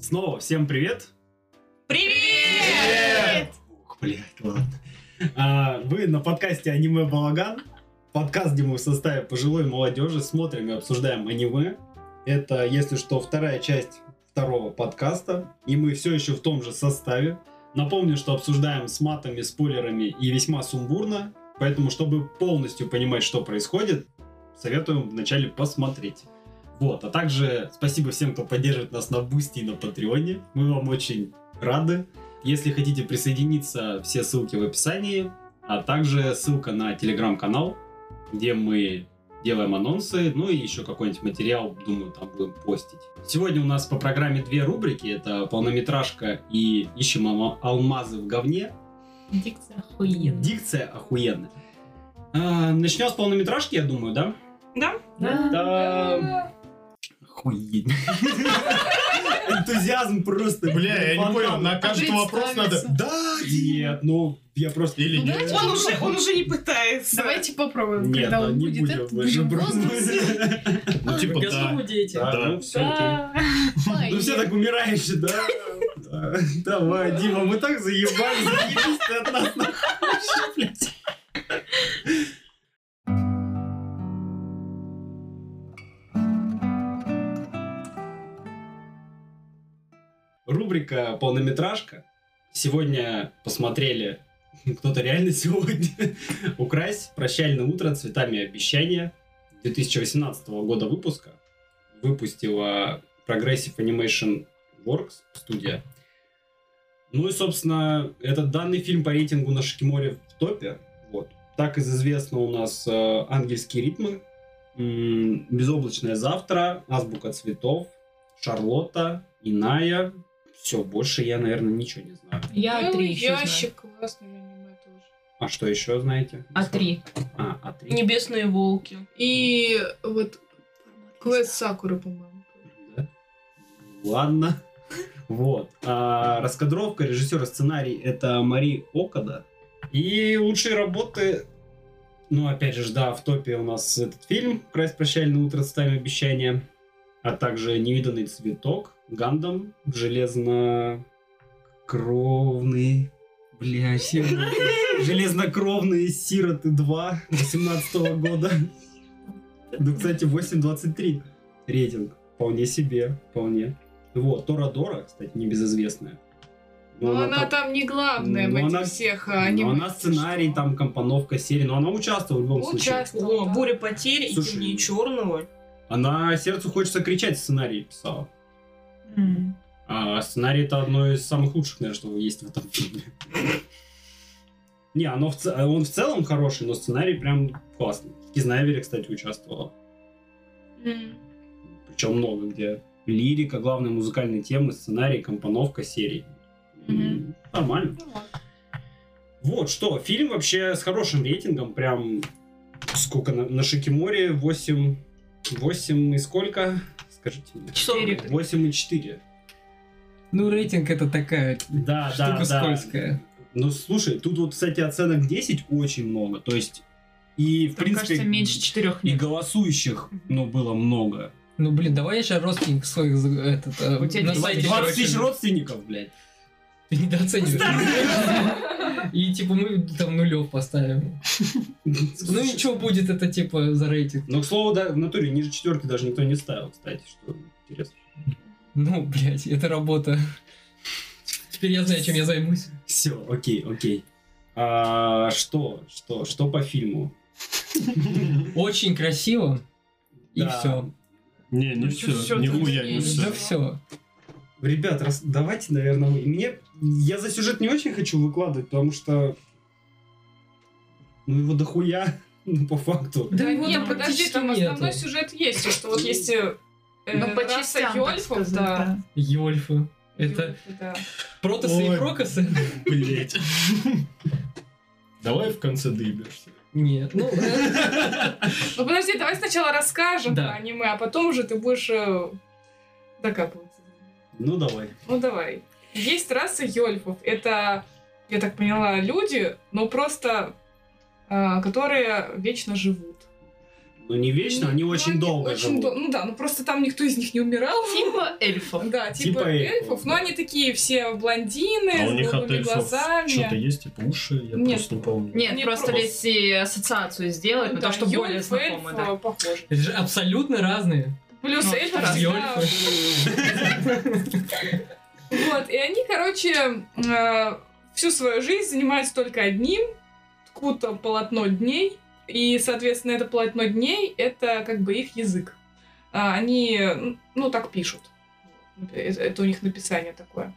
Снова всем привет. Привет! Ух, блядь, ладно. А, вы на подкасте «Аниме Балаган». Подкаст, где мы в составе пожилой молодежи смотрим и обсуждаем аниме. Это, если что, вторая часть второго подкаста. И мы все еще в том же составе. Напомню, что обсуждаем с матами, спойлерами и весьма сумбурно. Поэтому, чтобы полностью понимать, что происходит, советуем вначале посмотреть. Вот, а также спасибо всем, кто поддерживает нас на Бусти и на Патреоне. Мы вам очень рады. Если хотите присоединиться, все ссылки в описании, а также ссылка на телеграм-канал, где мы делаем анонсы, ну и еще какой-нибудь материал, думаю, там будем постить. Сегодня у нас по программе две рубрики, это полнометражка и «Ищем алма- алмазы в говне», Дикция охуенная. дикция охуенная. А, начнем с полнометражки, я думаю, да? Да? Да. Охуеть. Энтузиазм просто, Бля, я не понял, на каждый Жить вопрос ставится. надо... Да, нет, ну, я просто... Или Ну, нет? давайте Он уже, он уже не пытается. Давайте попробуем, Нет, когда да, он не будет. будем Это больше будем возгласы. пробовать. Ну, типа, да. дети. Да, Да. ну все окей. Да. Ну все так умираешь, да? Да. Давай, Дима, мы так заебались, заебись ты от нас нахуй, блядь. Рубрика «Полнометражка». Сегодня посмотрели кто-то реально сегодня. «Укрась. Прощальное утро. Цветами обещания». 2018 года выпуска. Выпустила Progressive Animation Works студия. Ну и, собственно, этот данный фильм по рейтингу на Шикиморе в топе. Вот. Так из известного у нас э, «Ангельские ритмы», м, «Безоблачное завтра», «Азбука цветов», «Шарлотта», «Иная». Все, больше я, наверное, ничего не знаю. Ну, Я Белый три еще знаю. А ящик, классное аниме тоже. А что еще знаете? А3. А, а три. Небесные волки. И вот Квест Сакуры, по-моему. Да? Ладно. Вот. А, раскадровка, режиссер и сценарий это Мари Окада. И лучшие работы. Ну, опять же, да, в топе у нас этот фильм «Край прощальное утро с тайным обещания», а также «Невиданный цветок», «Гандам», «Железнокровный», бля, все уже. «Железнокровные сироты 2» 18 года. Ну, кстати, 8.23 рейтинг. Вполне себе, вполне. Вот, Тора Дора, кстати, небезызвестная. Ну, Но, Ну, она, там- там не главная в Ну, этих она- всех но аниме. она сценарий, Что? там компоновка серии, но она участвовала в любом случае. Участвовала. О, да. буря потерь и Слушай, темнее черного. Она сердцу хочется кричать сценарий писала. М. А сценарий это одно из самых лучших, наверное, что есть в этом фильме. Не, оно в ц- он в целом хороший, но сценарий прям классный. В Кизнавере, кстати, участвовала. М. Причем много где. Лирика, главные музыкальные темы, сценарий, компоновка серии. Мгм. Нормально. Ну ладно. Вот что, фильм вообще с хорошим рейтингом, прям сколько на, на Шикиморе, 8, 8 и сколько? Скажите мне. Четыре. 8 и 4. Ну, рейтинг это такая Да, да, штука да. скользкая. Ну слушай, тут вот, кстати, оценок 10 очень много, то есть и, в Там, принципе, кажется, меньше четырех и нет. голосующих, ну, было много. Ну, блин, давай я сейчас родственник своих... за- Этот, э, У тебя на 20 сайте 20 тысяч короче, родственников, блядь. Ты недооцениваешь. И, типа, мы там нулев поставим. Ну, ничего будет, это, типа, за рейтинг. Но, Ну, к слову, да, в натуре ниже четверки даже никто не ставил, кстати, что интересно. Ну, блядь, это работа. Теперь я знаю, чем я займусь. Все, окей, окей. А, что, что, что по фильму? Очень красиво. И Да. все. Не, не Ну, все, всё, нихуя ты- не ну, Да все. все. Ребят, раз- давайте, наверное, вы- мне... Я за сюжет не очень хочу выкладывать, потому что... Ну его дохуя, ну по факту. Да, Да его нет, там подожди, практически там основной нету. сюжет есть, то, что вот есть э, Ну, по раса частям, так Йольфов, сказать, да. да. Йольфы. Это Йольфы, да. протосы Ой. и прокосы? Блять. Давай в конце доебешься. Нет. Ну, Ну подожди, давай сначала расскажем Да. про аниме, а потом уже ты будешь э, докапываться. Ну давай. Ну давай. Есть раса йольфов. Это, я так поняла, люди, но просто а, которые вечно живут. Ну не вечно, они Ну, очень долго очень живут. дол- Ну да, ну просто там никто из них не умирал. Типа эльфов. Да, типа, Типа эльфов, эльфов, да. но они такие все блондины, А у с них от голубыми эльфов что-то глазами. есть, типа уши, я Нет. просто не помню. Нет, Не просто просто. если ассоциацию сделать, потому что более ёльф, эльф, знакомо, да. э, похожи. Это же абсолютно разные. Плюс Ну, эльфы раз. всегда- Вот, и они, короче, э, всю свою жизнь занимаются только одним, ткут там полотно дней, и, соответственно, это полотно дней — это как бы их язык. А, Они, м, ну, так пишут. Это, это у них написание такое.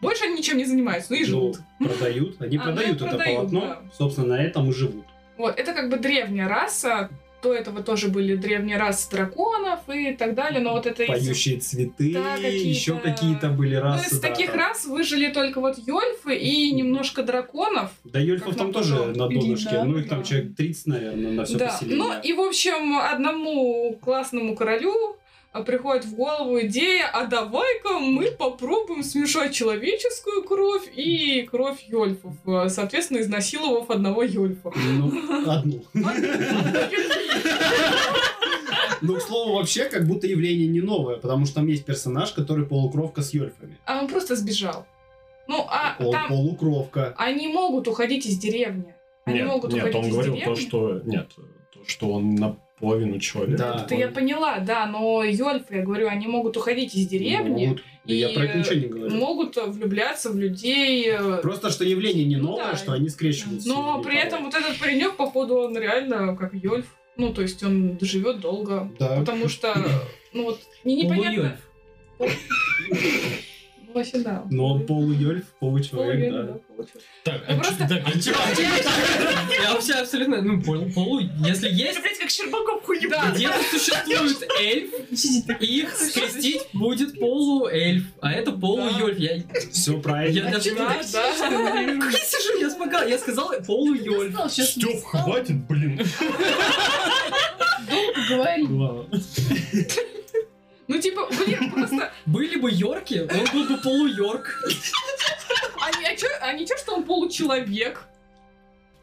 Больше они ничем не занимаются, ну и Ну, живут. продают. Они А, ну, продают это продают, полотно. да. Собственно, на этом и живут. Вот, это как бы древняя раса, до этого тоже были древние расы драконов и так далее, но вот это из- Поющие цветы, Да, какие-то- еще какие-то были Ну, расы. из да, таких там. рас выжили только вот йольфы и немножко драконов, Да Юльфов Как там на тоже Плутоне. на донышке. Да, ну, их там да. человек 30, наверное, на все да. поселение. Ну и в общем одному классному королю а, приходит в голову идея, а давай-ка мы попробуем смешать человеческую кровь и кровь йольфов, а, соответственно, изнасиловав одного йольфа. Ну, одну. Ну, к слову, вообще, как будто явление не новое, потому что там есть персонаж, который полукровка с Юльфами. А он просто сбежал. Ну, а Он там полукровка. они могут уходить из деревни. Они Нет, могут нет, уходить он из говорил деревни. то, что... Нет, то, что он наполовину человек. Да. Это А я поняла, да, но йольфы, я говорю, они могут уходить из деревни, Могут. Да я и, про это ничего не Ну, могут, говорю. э, влюбляться в людей, э, Просто, что явление не Ну новое, да. что они скрещиваются. но И при порой. этом вот этот паренек, походу, он реально как йольф, ну, то есть он живет долго, Да. потому что, ну, вот, мне непонятно. Полуёльф. Ну, вообще, да. Но он полуёльф, Полуёльф, получеловек, Ну, да. да, получил. Так, а Просто- чё- Типа, Я вообще абсолютно, ну, полу, полу- если есть, Это, блядь, как Щербаков хуйню. где-то существует эльф, и их скрестить будет полуэльф, а это полуёльф. Я, Все я А правильно. даже не Да, А так да. Как я сижу, я смогла, я сказал полуёльф. Стёп, хватит, блин. говори. Ладно. Ну, типа, блин, просто, Были бы Йорки, он был бы полуёрк. а не- а чё, а ничего, что он получеловек?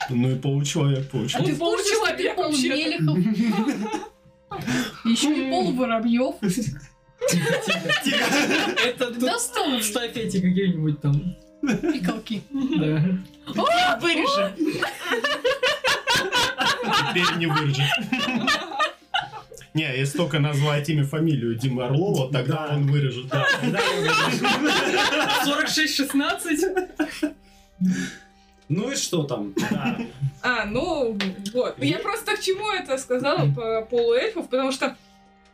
Ну и получеловек А получил. ты помнишь, что ты Полчеловек пол вообще-то. Мелехов? Еще и пол Воробьев. Это тут Да что в штафете какие-нибудь там. вы, пикалки. Да. Вырежи. Теперь не вырежет. Не, если только назвать имя, фамилию Димы Орлова, тогда Да. он вырежет. Да. Да, я вижу. 46-16? Ну и что там? Да. А, ну вот. Ну, Я просто к чему это сказала по полуэльфов, потому что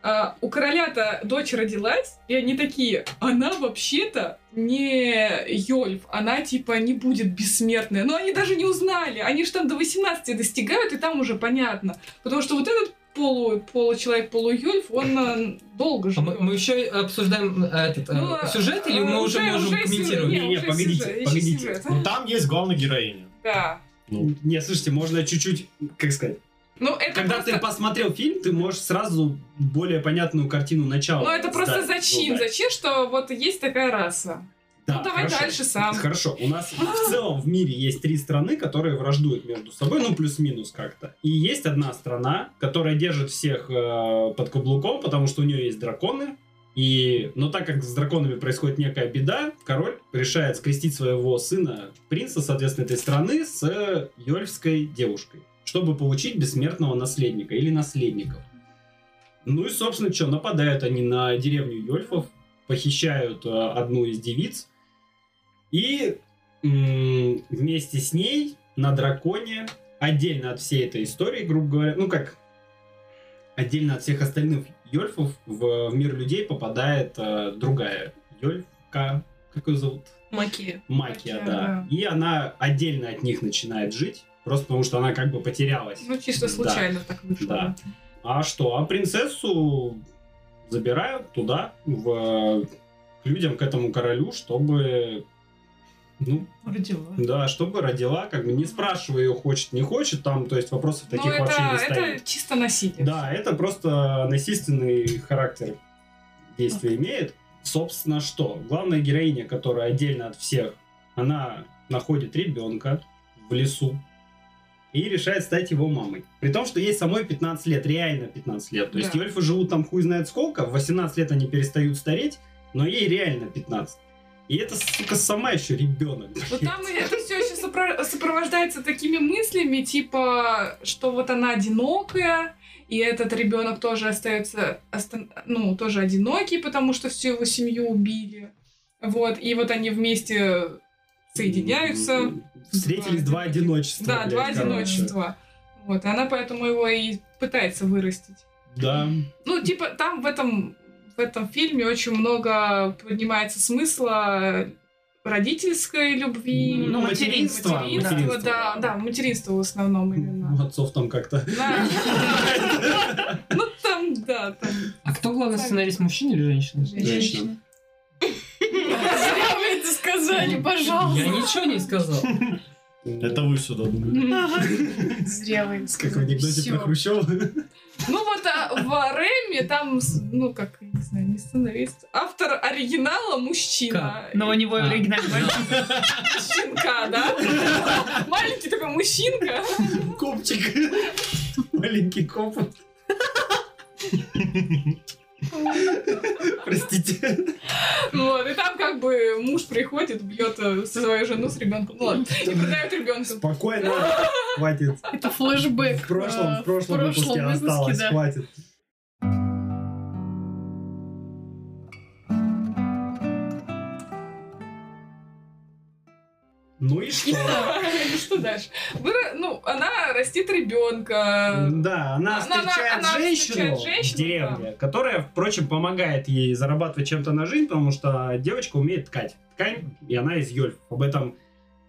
а, у короля-то дочь родилась, и они такие, она вообще-то не Йольф, она типа не будет бессмертная. Но они даже не узнали, они же там до 18 достигают, и там уже понятно. Потому что вот этот полу, получеловек, полуёльф, он а, долго А мы, живет. мы еще обсуждаем а, этот а, Ну, сюжет или а, мы уже, можем сюжет- комментировать? не, Не-не, уже погодите, сюжет, ещё погодите. сюжет. Ну, Там есть главная героиня. Да. Ну, Не, слушайте, можно чуть-чуть, как сказать, Ну, это когда просто... ты посмотрел фильм, ты можешь сразу более понятную картину начала. Ну, это просто сдать. зачин, Ну, да. зачин, что вот есть такая раса. Да, ну, давай хорошо. дальше сам. Хорошо, у нас в целом в мире есть три страны, которые враждуют между собой, ну плюс-минус как-то. И есть одна страна, которая держит всех э, под каблуком, потому что у нее есть драконы. И, но так как с драконами происходит некая беда, король решает скрестить своего сына, принца, соответственно, этой страны, с э, йольфской девушкой, чтобы получить бессмертного наследника или наследников. Ну и, собственно, что, нападают они на деревню Йольфов, похищают э, одну из девиц, и м, вместе с ней на драконе, отдельно от всей этой истории, грубо говоря, ну как, отдельно от всех остальных Йольфов в, в мир людей попадает э, другая Йольфка, как ее зовут? Маки. Макия, Макия, да. И она отдельно от них начинает жить, просто потому что она как бы потерялась. Ну, чисто Да. случайно так вышло. Да. А что? А принцессу забирают туда, в, э, к людям, к этому королю, чтобы... Ну, Родила. да, чтобы родила, как бы не спрашивая ее, хочет, не хочет, там, то есть вопросов Ну, таких это, вообще не это стоит. чисто насилие. Да, это просто насильственный характер действия имеет. Собственно, что? Главная героиня, которая отдельно от всех, она находит ребенка в лесу, и решает стать его мамой. При том, что ей самой 15 лет, реально 15 лет. То есть Да. эльфы живут там хуй знает сколько, в 18 лет они перестают стареть, но ей реально 15. И это, сука, сама еще ребенок. Но там и это все еще сопровождается такими мыслями, типа, что вот она одинокая, и этот ребенок тоже остается, остан- ну, тоже одинокий, потому что всю его семью убили. Вот, и вот они вместе соединяются. Встретились два Два одиночества. Да, блядь, два короче. одиночества. Вот, и она поэтому его и пытается вырастить. Да. Ну, типа, там в этом, в этом фильме очень много поднимается смысла родительской любви. Ну, материнство, Материнство, материнство, да, да. да, материнство в основном именно. Ну, Отцов там как-то. Да. Ну, там, да, там. А кто главный сценарист, мужчина или женщина? Женщина. Зря вы это сказали, пожалуйста. Я ничего не сказал. Это вы сюда думали. Зря вы это Как в анекдоте Всё. про Хрущева. Ну, вот а, в Рэме там, с- ну, как, я не знаю, не сценарист. Автор оригинала мужчина. Ну. Но у него А. оригинальный Мужчинка, да? Маленький такой мужчинка. Копчик. Маленький коп. Простите. Вот, и там как бы муж приходит, бьет э, свою жену с ребенком. Ну ладно, и продает ребенка. Спокойно. Хватит. Это флешбэк. В прошлом, э, в прошлом выпуске выпуске, осталось. да. Хватит. Ну и что? Что дальше? Выра- Ну, она растит ребенка. Да, она, Она- встречает, она- она женщину встречает женщину, в деревне, которая, впрочем, помогает ей зарабатывать чем-то на жизнь, потому что девочка умеет ткать. Ткань, и она из Йольф. Об этом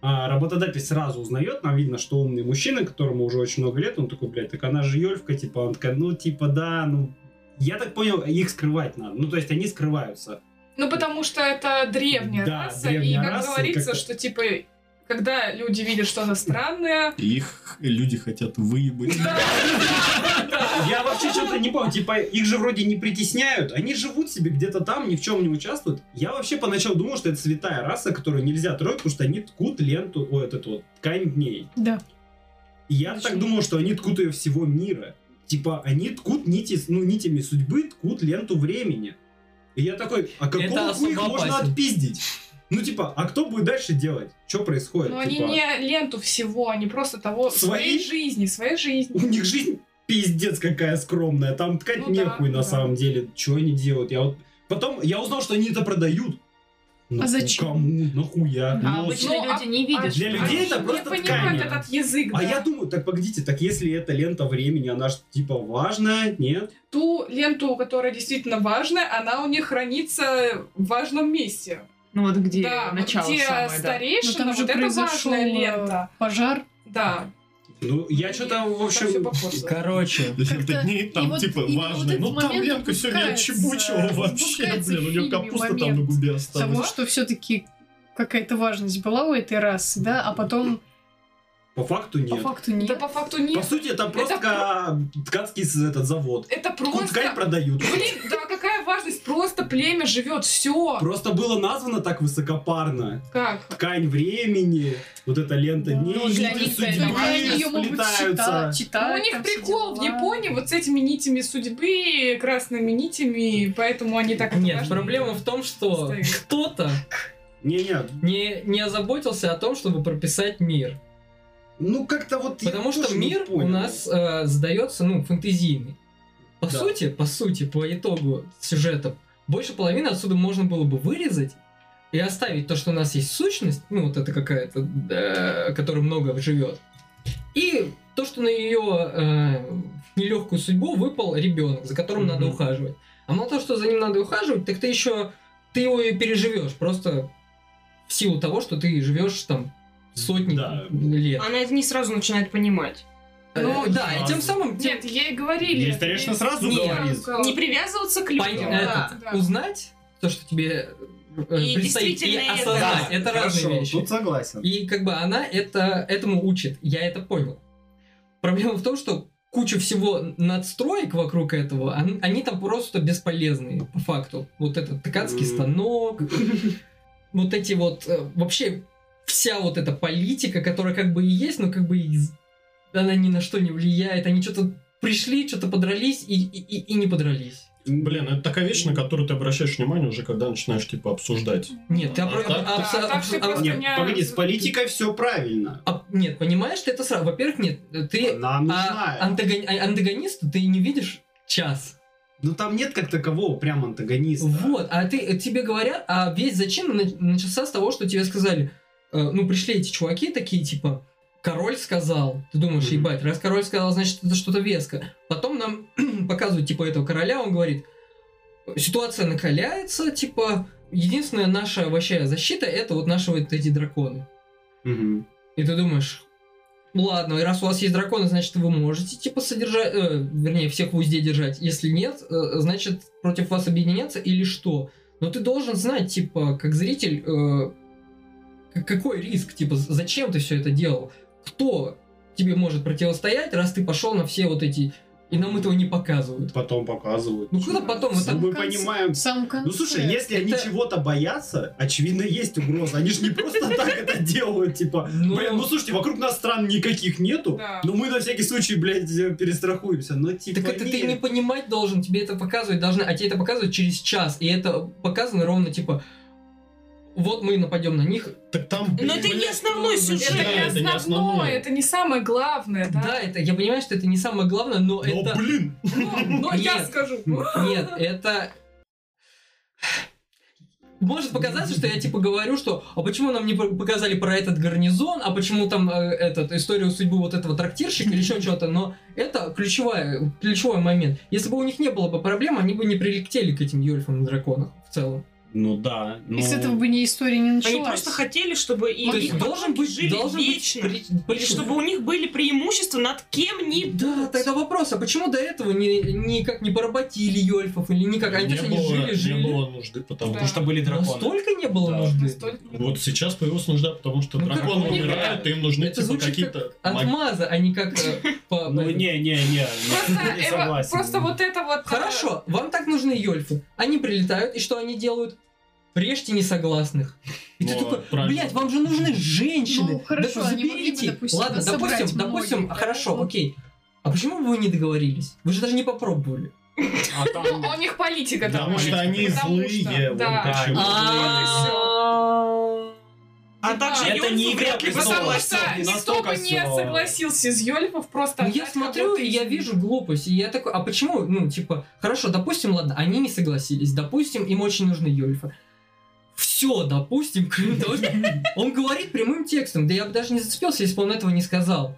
а, работодатель сразу узнает, нам видно, что умный мужчина, которому уже очень много лет, он такой, блядь, так она же Йольфка, типа, он такая, ну, типа, да, ну, я так понял, их скрывать надо. Ну, то есть они скрываются. Ну, потому что это древняя Да, раса. И древняя как раса, и говорится, как-то- что типа, когда люди видят что-то странное, Их люди хотят выебать. Я вообще что-то не помню, типа, их же вроде не притесняют, они живут себе где-то там, ни в чем не участвуют. Я вообще поначалу думал, что это святая раса, которую нельзя трогать, потому что они ткут ленту, ой, вот эту вот, ткань дней. Да. И я так думал, что они ткут ее всего мира. Типа, они ткут нити, ну, нитями судьбы, ткут ленту времени. И я такой, а Это какого особо хуя их можно опасен. отпиздить? Ну, типа, а кто будет дальше делать? Что происходит? но ну, они Типа, не ленту всего, они просто того Своей? своей жизни, своей жизни. У них жизнь пиздец какая скромная. Там ткать Ну нехуй да, на да. самом деле. Что они делают? Я вот... Потом я узнал, что они это продают. Ну, А зачем? Кому? Нахуя? А Ну, обычно Ну, а- люди не видят. для что людей они- это Они просто не понимают ткань. этот язык, А да. я думаю, так погодите, так если это лента времени, она же типа важная, нет? Ту ленту, которая действительно важная, она у них хранится в важном месте. Ну вот где да, вот начало где самое, да. Но старейшина, там же вот это произошел важная лента. пожар. Да. Ну, я И что-то, в там всё общем... по курсу. Короче, Лента Как-то- дней и там вот типа именно вот важная. этот Ну там момент Ленка сегодня упускается- отчебучила вообще, упускается в блин, у нее фильме капуста там момент на губе Потому осталась. что все-таки какая-то важность была у этой расы, да, а потом По факту по нет. факту Да нет. по факту По нет. сути, это просто ткацкий с- этот завод. Это Ткут ткань просто... продают. Блин, да какая важность? Просто племя живет все. Просто было названо так высокопарно. Как? ткань времени, вот эта лента Да. дней, Ну, для нити них-то это судьбы нормально. Они ее могут сплетаются. читать, Ну, читать. у них там всё прикол в дела. Японии вот с этими нитями судьбы, красными нитями, поэтому они так... это нет, важно. проблема в том, что Стоит. кто-то Не-не, не, не озаботился о том, чтобы прописать мир. ну как-то вот... я Потому что тоже не мир у понял. нас э, сдается, ну, фэнтезийный. По Да. сути, по сути, по итогу сюжета, больше половины отсюда можно было бы вырезать и оставить то, что у нас есть сущность, ну, вот это какая-то, э, которая много живет. И то, что на ее нелегкую судьбу выпал ребенок, за которым надо Мгм. ухаживать. А мало того, что за ним надо ухаживать, так ты еще ты его и переживешь просто в силу того, что ты живешь там сотни Да. лет. Она это не сразу начинает понимать. Ну Э, да, и да. тем самым тем- Нет, ей говорили. Ей старейшина сразу Нет. говорит. Сказала. Не привязываться к пон- людям. этот, да. э, узнать то, что тебе э, И предстоит, и действительно это- осознать, Да, это разные вещи. тут согласен. И как бы она это, этому учит, я это понял. Проблема в том, что кучу всего надстроек вокруг этого, он- они там просто бесполезные, по факту. Вот этот ткацкий Мгм. станок, вот эти вот, э, вообще вся вот эта политика, которая как бы и есть, но как бы и з- она ни на что не влияет. Они что-то пришли, что-то подрались и, и, и- и не подрались. Блин, это такая вещь, на которую ты обращаешь внимание уже, когда начинаешь, типа, обсуждать. Нет, ты А опро- так- а- абсо- а так ты абсо- просто- Нет, меня- погоди, с политикой все правильно. а- Нет, понимаешь, ты это сразу. Во-первых, нет, ты Нам а, нужна. антагони- а- антагониста ты не видишь час. Ну там нет как такового прям антагониста. Вот, а ты, тебе говорят, а весь зачин на- начался с того, что тебе сказали, э, ну, пришли эти чуваки такие, типа, король сказал, ты думаешь, Мгм. ебать, раз король сказал, значит, это что-то веско. Потом нам показывают, типа, этого короля, он говорит, ситуация накаляется, типа, единственная наша вообще защита, это вот наши вот эти драконы. Мгм. И ты думаешь, ладно, раз у вас есть драконы, значит, вы можете, типа, содержать, э, вернее, всех в узде держать. Если нет, э, значит, против вас объединяться или что. Но ты должен знать, типа, как зритель, э, к- какой риск, типа, з- зачем ты все это делал? Кто тебе может противостоять, раз ты пошел на все вот эти... И нам этого не показывают. Потом показывают. Ну, куда потом? Это... Ну, мы В конце- понимаем. В самом конце. Ну слушай, если они Это- чего-то боятся, очевидно, есть угроза. Они же не просто так это делают, типа. Ну, Блин, ну слушайте, вокруг нас стран никаких нету. Да. Но мы на всякий случай, блядь, э, перестрахуемся. Но типа. Так это ты нет. не понимать должен, тебе это показывать должны, а тебе это показывают через час, и это показано ровно типа вот мы нападем на них. Так там... Но это не блядь, основной что Это сюжет. защищает, не это не основное, это не самое главное, Да. да? это я понимаю, что это не самое главное, но Но, это блин! Ну, Но я Нет. скажу. нет, это может показаться, что я типа говорю, что а почему нам не по- показали про этот гарнизон, а почему там э, этот историю судьбы вот этого трактирщика или еще что-то, но это ключевая, ключевой момент. Если бы у них не было бы проблем, они бы не прилетели к этим юльфам на драконах в целом. Ну да. И с ну- этого бы не история не началась. Они просто хотели, чтобы и То их есть должен потомки быть, жили должен вечно. быть Или чтобы у них были преимущества над кем-нибудь. Да, тогда вопрос, а почему до этого ни- никак не поработили юльфов или никак? Они, не, конечно, они было, жили, не жили. было нужды, потому Да. что... Потому что были драконы. Настолько не было Да. нужды. Настолько- Вот сейчас появилась нужда, потому что Ну, драконы какой-нибудь- умирают, и им нужны, Это типа, звучит какие-то... маги- Отмаза, а не как... э, по- Ну по- не, не, не, Просто, не Эва, согласен. просто вот это вот... э, Хорошо, вам так нужны юльфы. Они прилетают, и что они делают? Режьте несогласных. И ты Ну, такой, правильно. блядь, вам же нужны женщины. Ну, хорошо, да они могли бы, заберите». допустим, Ладно, собрать допустим, допустим, многих, хорошо, да. ну. окей. А почему бы вы не договорились? Вы же даже не попробовали. А Ну, там... у них политика Да, такая. потому что они Потому что, злые, вон да. почему. А, ну, А. А Да. также Это юнцы не игра вряд ли бы престолов. Потому согласились. что всё, не никто настолько бы не всё. согласился из Йольфов просто... Ну, я отдать смотрю, кого-то и из я них. вижу глупость, и я такой, а почему, ну, типа, хорошо, допустим, ладно, они не согласились, допустим, им очень нужны Йольфы. Все, допустим, кроме того, что он говорит прямым текстом, да я бы даже не зацепился, если бы он этого не сказал.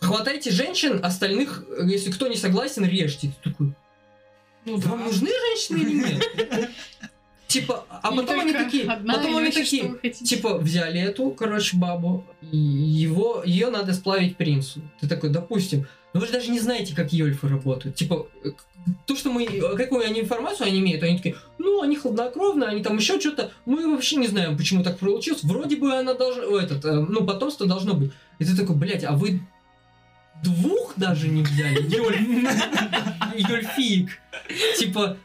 Хватайте женщин, остальных, э, если кто не согласен, режьте. Ты такой, Ну, да. вам нужны женщины или нет? Типа, а И потом они только такие, одна, потом они иначе такие, что вы хотите? Типа, взяли эту, короче, бабу, и его, ее надо сплавить принцу. Ты такой, допустим, но вы же даже не знаете, как ельфы работают. Типа, э, к- то, что мы, э, какую они информацию они имеют, они такие, ну, они хладнокровные, они там еще что-то, мы вообще не знаем, почему так получилось. Вроде бы она должна, о, этот, э, ну, потомство должно быть. И ты такой, блядь, а вы двух даже не взяли, Ёль- Ёльфиек. Типа,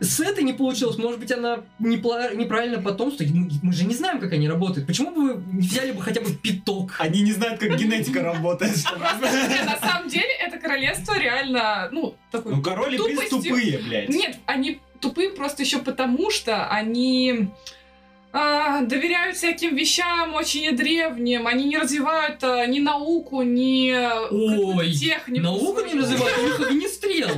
с этой не получилось, может быть, она непла- неправильно потомство. Мы, мы же не знаем, как они работают. Почему бы вы не взяли бы хотя бы пяток? Они не знают, как генетика работает. что ли. Не, На самом деле, это королевство реально, ну, такое... Ну король и принц Тупостью. тупые, блядь. Нет, они тупые просто еще потому, что они а, доверяют всяким вещам очень древним, они не развивают а, ни науку, ни а, какую-то Ой, технику. Науку не свою. развивают, у них огнестрел.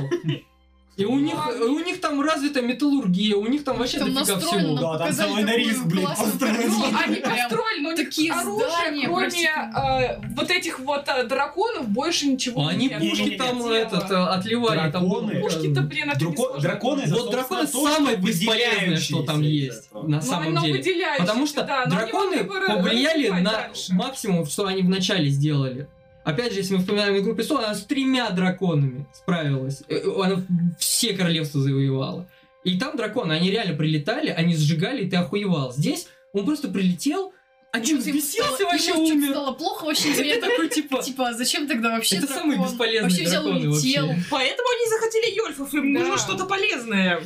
И у них, и Ну, у них там развита металлургия, у них там вообще Там дофига настроено, всего. Да, нам там показали целый такую риск, блин, классную построен. картину. а Ну, они Прям построили, но у них такие оружия, здания, кроме простите. а, вот этих вот а, драконов, больше ничего А Они нет. пушки Не-не-не, там Дело. этот э, отливали. там было Драконы? Пушки-то, блин, это не Друко- сложно. Драконы это, Вот драконы собственно, то, самое что бесполезное, что там выделяющееся из есть. этого. На Ну, самом оно деле. выделяющееся, Потому что да, но они могли драконы бы ра- повлияли развивать на дальше. максимум, что они вначале сделали. Опять же, если мы вспоминаем игру престолов, она с тремя драконами справилась. Э, э, Она все королевства завоевала. И там драконы, они реально прилетали, они сжигали, и ты охуевал. Здесь он просто прилетел, один Чё-то ему взбесился, стало- вообще ему чё-то умер. стало плохо, И вообще Я я так- такой, типа, Типа, а зачем тогда вообще это дракон? самый бесполезный Вообще взял и дракон улетел. вообще. Поэтому они захотели Йольфов, им Да. нужно что-то полезное.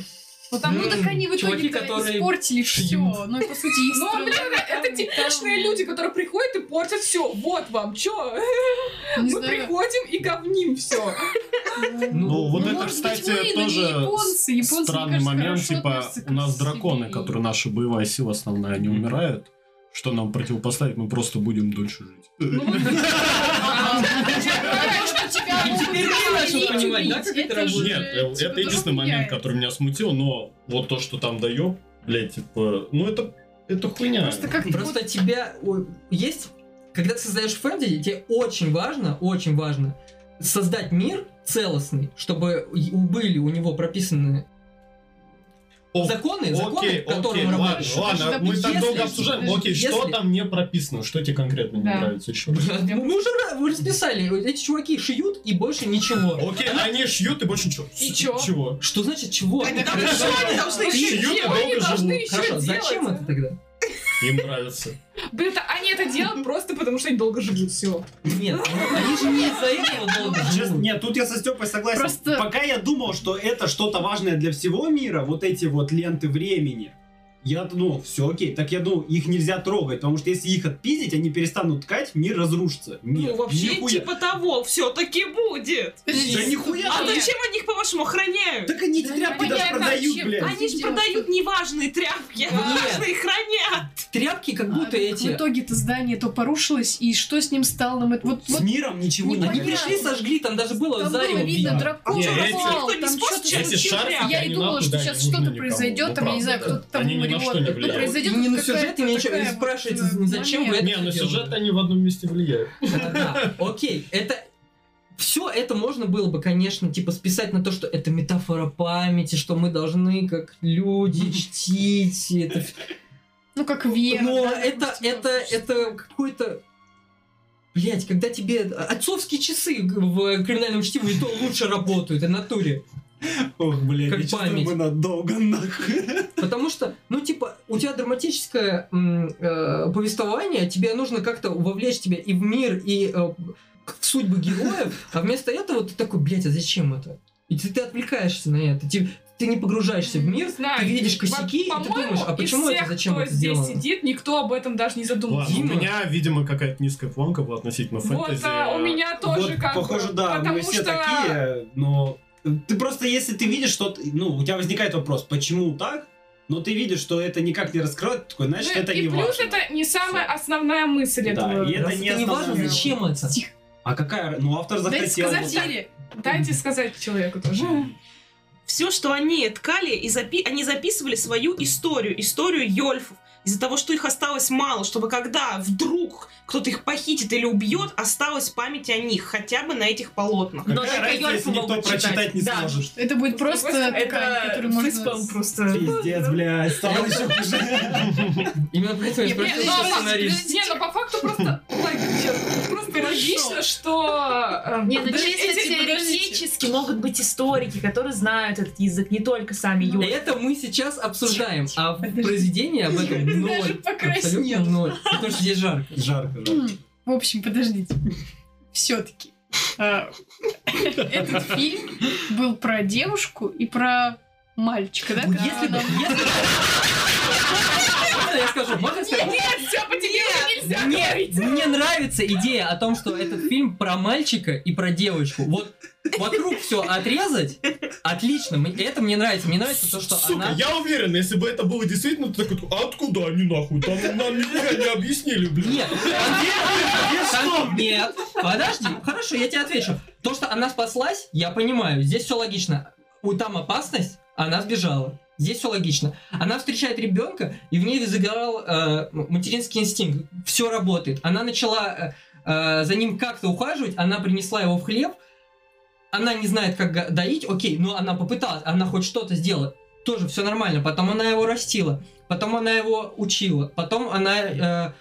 Потому М, как ну, они в чуваки, итоге-то которые испортили все. шьют. а, Ну и по сути их Ну, строили блин, там, это там, типичные там. люди, которые приходят и портят все. Вот вам, чё? Не Мы знаю. приходим и говним все. Ну, Ну, вот это, может быть, мы, но кстати, не тоже японцы. Японцы, мне странный кажется, момент. хорошо Типа, относятся к у нас драконы, себе. которые наша боевая сила основная, они Мгм. умирают. Что нам противопоставить? Мы просто будем дольше жить. Ну, вот, А то, что тебя И могут теперь ты начал убить, понимать, да, убить, как это же, работает? Нет, э, типа, это единственный тоже момент, влияет. который меня смутил, но вот то, что там дает, блядь, типа, ну это, это хуйня. Просто как-то вот- Просто тебя о, есть, когда ты создаешь фэнтези, тебе очень важно, очень важно создать мир целостный, чтобы и- были у него прописаны О, законы, законы, Окей, к которым окей, ладно, работаешь. ладно, мы Подожди, так долго если- обсуждаем. подожди, Окей, что если- там не прописано? Что тебе конкретно не Да. нравится? еще? Блин, Мы уже ра- вы расписали, эти чуваки шьют и больше ничего. Окей, они шьют и больше ничего. И чё? Чего? Что значит чего? Они там Хорошо, еще они должны Вообще, еще Шьют и чё долго они живут. должны ещё Хорошо, зачем делать, это а? тогда? Им нравится. Блин, это- они это делают просто потому, что они долго живут, все. Нет, они же не из-за этого долго Честно, живут. нет, тут я со Степой согласен. Просто- Пока я думал, что это что-то важное для всего мира, вот эти вот ленты времени, я думал, все окей, так я думал, их нельзя трогать, потому что если их отпиздить, они перестанут ткать, мир разрушится. Нет, Ну, вообще, нихуя. типа того, все-таки будет. Подожди, Да нихуя А Нет. зачем они их, по-вашему, охраняют? Так они эти Да тряпки даже непонятно, продают, чем- блядь. Они же Сидела, продают неважные тряпки, а Нет. важные хранят. Тряпки как А, будто так ну, В эти... итоге-то здание то порушилось, и что с ним стало? Нам это вот, С вот миром ничего не Они Непонятно. решили. пришли, сожгли, там даже было там было зарево видно, видно. дракон Не, эти- упал, Никто не там способен что-то Эти случилось. шарфики, ну, Я и они думала, нахуй, что да, сейчас не нужны что-то никому. произойдет, Ну, там, я не знаю, правда, да. кто-то там Они ни на умрет. что не Ну, влияют. произойдет И не на какая-то сюжет, и ничего, такая и вот, спрашиваете, э, зачем вы момент. это Не, на делают. сюжет они в одном месте влияют. Да, да. окей, это... Все это можно было бы, конечно, типа списать на то, что это метафора памяти, что мы должны как люди чтить. Это... ф- Ну, как вера. Но да, это, допустим, это, допустим. это какой-то... Блять, когда тебе отцовские часы в криминальном чтиве и то лучше работают, и натуре. Ох, блядь, Как я чувствую, память. мы надолго нахуй. Потому что, ну, типа, у тебя драматическое м, э, повествование, тебе нужно как-то вовлечь тебя и в мир, и э, в судьбы героев, а вместо этого ты такой, блядь, а зачем это? И ты, ты отвлекаешься на это, ты, ты не погружаешься в мир, Не знаю, ты видишь косяки, по- и ты по-моему, думаешь, а из почему это, всех, зачем кто это здесь сделано? сидит, никто об этом даже не Ну, задумывался. Ладно, у Дима. меня, видимо, какая-то низкая планка была относительно Вот фэнтези. а, у меня тоже Вот, как бы, похоже, да, потому мы все что... ну, такие, но ты просто, если ты видишь, что, ты- ну, у тебя возникает вопрос, почему так, но ты видишь, что это никак не раскроет, ты такой, значит, Ну, это и не плюс важно. это не самая основная мысль Да, этого. и это Раз не это не важно, основное. зачем это? Тихо. А какая, ну, автор Дайте захотел. сказать вот так. Ире. Дайте сказать человеку тоже. Все, что они ткали, и запи- они записывали свою историю, историю Йольфов. Из-за того, что их осталось мало, чтобы когда вдруг кто-то их похитит или убьет, осталась память о них, хотя бы на этих полотнах. Какая только разница, если Йольфы никто могут прочитать не Да. сможет. Это будет просто Это ткань, которую можно... фейспалм просто. Пиздец, блядь, стало еще хуже. Именно поэтому я Не, спросил, блин, что ну, сценарист. Не, ну по факту просто логично, просто Хорошо. логично, что... э, Не, ну да, чисто эти- теоретически могут быть историки, которые знают этот язык, не только Ну, сами И юристы. Это мы сейчас обсуждаем, а в Подожди. произведении об этом Ты даже ноль. Абсолютно покраснел. ноль. Потому что здесь жарко. Жарко, жарко. М, В общем, подождите. Все-таки. Этот фильм был про девушку и про мальчика, да? Ну, когда Если бы... она- если- Можно я скажу? Можно я скажу? Нет, все, по телевизору нельзя Мне, говорить. мне нравится идея о том, что этот фильм про мальчика и про девочку. Вот вокруг все отрезать, отлично. Мне- Это мне нравится. Мне нравится то, что Сука, она... я уверен, если бы это было действительно, ты такой, «А откуда они нахуй? Там нам нихуя не объяснили, блин. Нет, кон- кон- нет, подожди, хорошо, я тебе отвечу. То, что она спаслась, я понимаю, здесь все логично. У там опасность, она сбежала. Здесь все логично. Она встречает ребенка, и в ней загорал э, материнский инстинкт. Все работает. Она начала э, э, за ним как-то ухаживать, она принесла его в хлеб. Она не знает, как го- доить, окей, но она попыталась, она хоть что-то сделала. Тоже все нормально. Потом она его растила, потом она его учила, потом она э,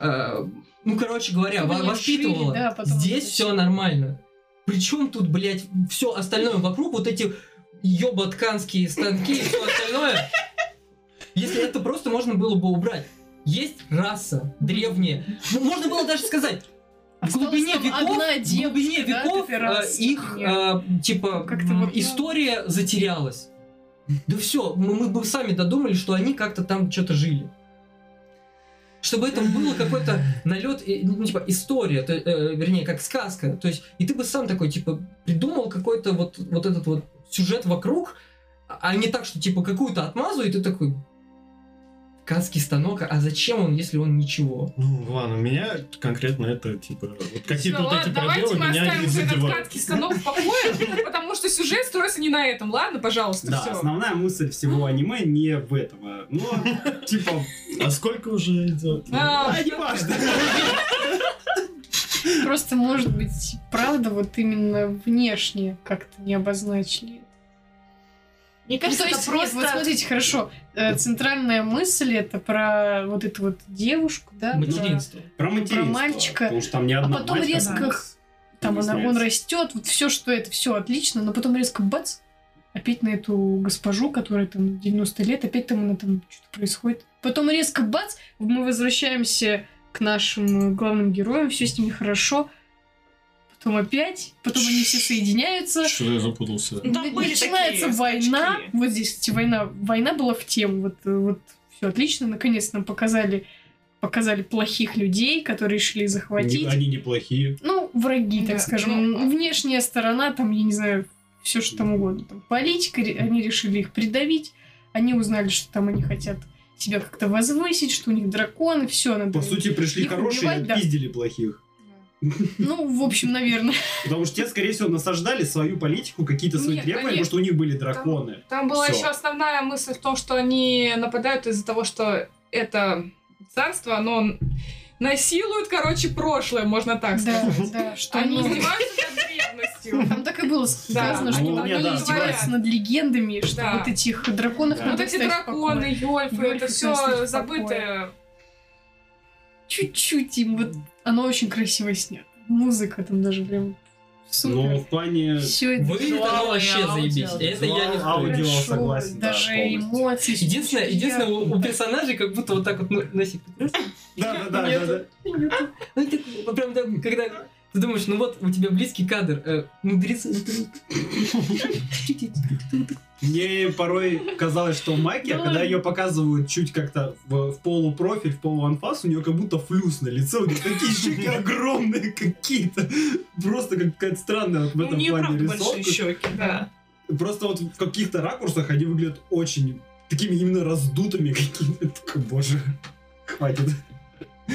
э, ну, короче говоря, Чтобы во- не воспитывала. шили, да, потом Здесь это все всё. нормально. Причем тут, блядь, все остальное вокруг, вот эти ёботканские станки и все остальное. Если это просто можно было бы убрать. Есть раса древняя. Ну, можно было даже сказать, в Осталась глубине там веков, одна в девушка, глубине да, веков этой э, расы. их, э, типа, Как-то м, вот, ну. история затерялась. Да все, мы, мы бы сами додумали, что они как-то там что-то жили. Чтобы это было какой-то налет, э, ну, типа, история, то, э, вернее, как сказка. То есть, и ты бы сам такой, типа, придумал какой-то вот, вот этот вот сюжет вокруг, а- а не так, что, типа, какую-то отмазу, и ты такой, ткацкий станок, а зачем он, если он ничего? Ну, ладно, меня конкретно это, типа, вот Всё, какие-то вот эти ладно, давайте пробелы мы меня не оставим этот задевают. ткацкий станок в покое, потому что сюжет строится не на этом. Ладно, пожалуйста, Да, все. основная мысль всего аниме не в этом. а, Ну, типа, А сколько уже идет? а, не важно. Просто, может быть, правда, вот именно внешне как-то не обозначили. Мне Ну, кажется, то это есть, нет, просто... вот смотрите, хорошо, э, центральная мысль это про вот эту вот девушку, да? про- Материнство. Про материнство. мальчика. Потому что там не одна А потом мать, резко она Там она, он объясняется. растет, вот все, что это, все отлично, но потом резко бац, опять на эту госпожу, которая там 90 лет, опять там она там что-то происходит. Потом резко бац, мы возвращаемся к нашим э, главным героям, все с ними хорошо. Потом опять, потом они все соединяются. Что-то я запутался. Ну, там Н- были Начинается такие война. скачки. Вот здесь, кстати, война. Война была в тему. Вот, э, вот все отлично. Наконец нам показали показали плохих людей, которые шли захватить. Не- Они неплохие. Ну, враги, так Да, скажем. ну, а- Внешняя сторона, там, я не знаю, все что там угодно. Там, политика, ре- они решили их придавить. Они узнали, что там они хотят себя как-то возвысить, что у них драконы, все надо. По сути, пришли их хорошие убивать, и да. пиздили плохих. Ну, в общем, наверное. Потому что те, скорее всего, насаждали свою политику, какие-то свои Нет, требования, потому конечно. что у них были драконы. Там была Всё. еще основная мысль в том, что они нападают из-за того, что это царство, оно насилует, короче, прошлое, можно так Да, сказать. да, что Они ну, издеваются над древностью. Там так и было сказано, Да, что они они да, издеваются говорят. над легендами, что Да. вот этих драконов Да. надо Вот эти оставить в драконы, покое. Йольфы, это Йольфов оставить все в забытое. Чуть-чуть им вот... Оно очень красиво снято. Музыка там даже прям Но супер. в плане... Все это Вы это Визуал и вообще аудио. заебись. Это я не Визуал, спорю. аудио, хорошо, согласен, да, Даже полностью. эмоции. всё Единственное, очень единственное у, у ярко. персонажей как будто вот так вот ну, носик. Да, да, да, да, да. Ну, это вот прям так, когда ты думаешь, ну вот у тебя близкий кадр, э, мудрецы. Мне порой казалось, что Маки, когда ее показывают чуть как-то в, в полупрофиль, в полуанфас, у нее как будто флюс на лице, у нее такие щеки огромные какие-то. Просто как- какая-то странная вот в Ну, у этом нее плане правда большие рисовка. щеки, да. Просто вот в каких-то ракурсах они выглядят очень такими именно раздутыми какими-то. Такой, Боже, хватит.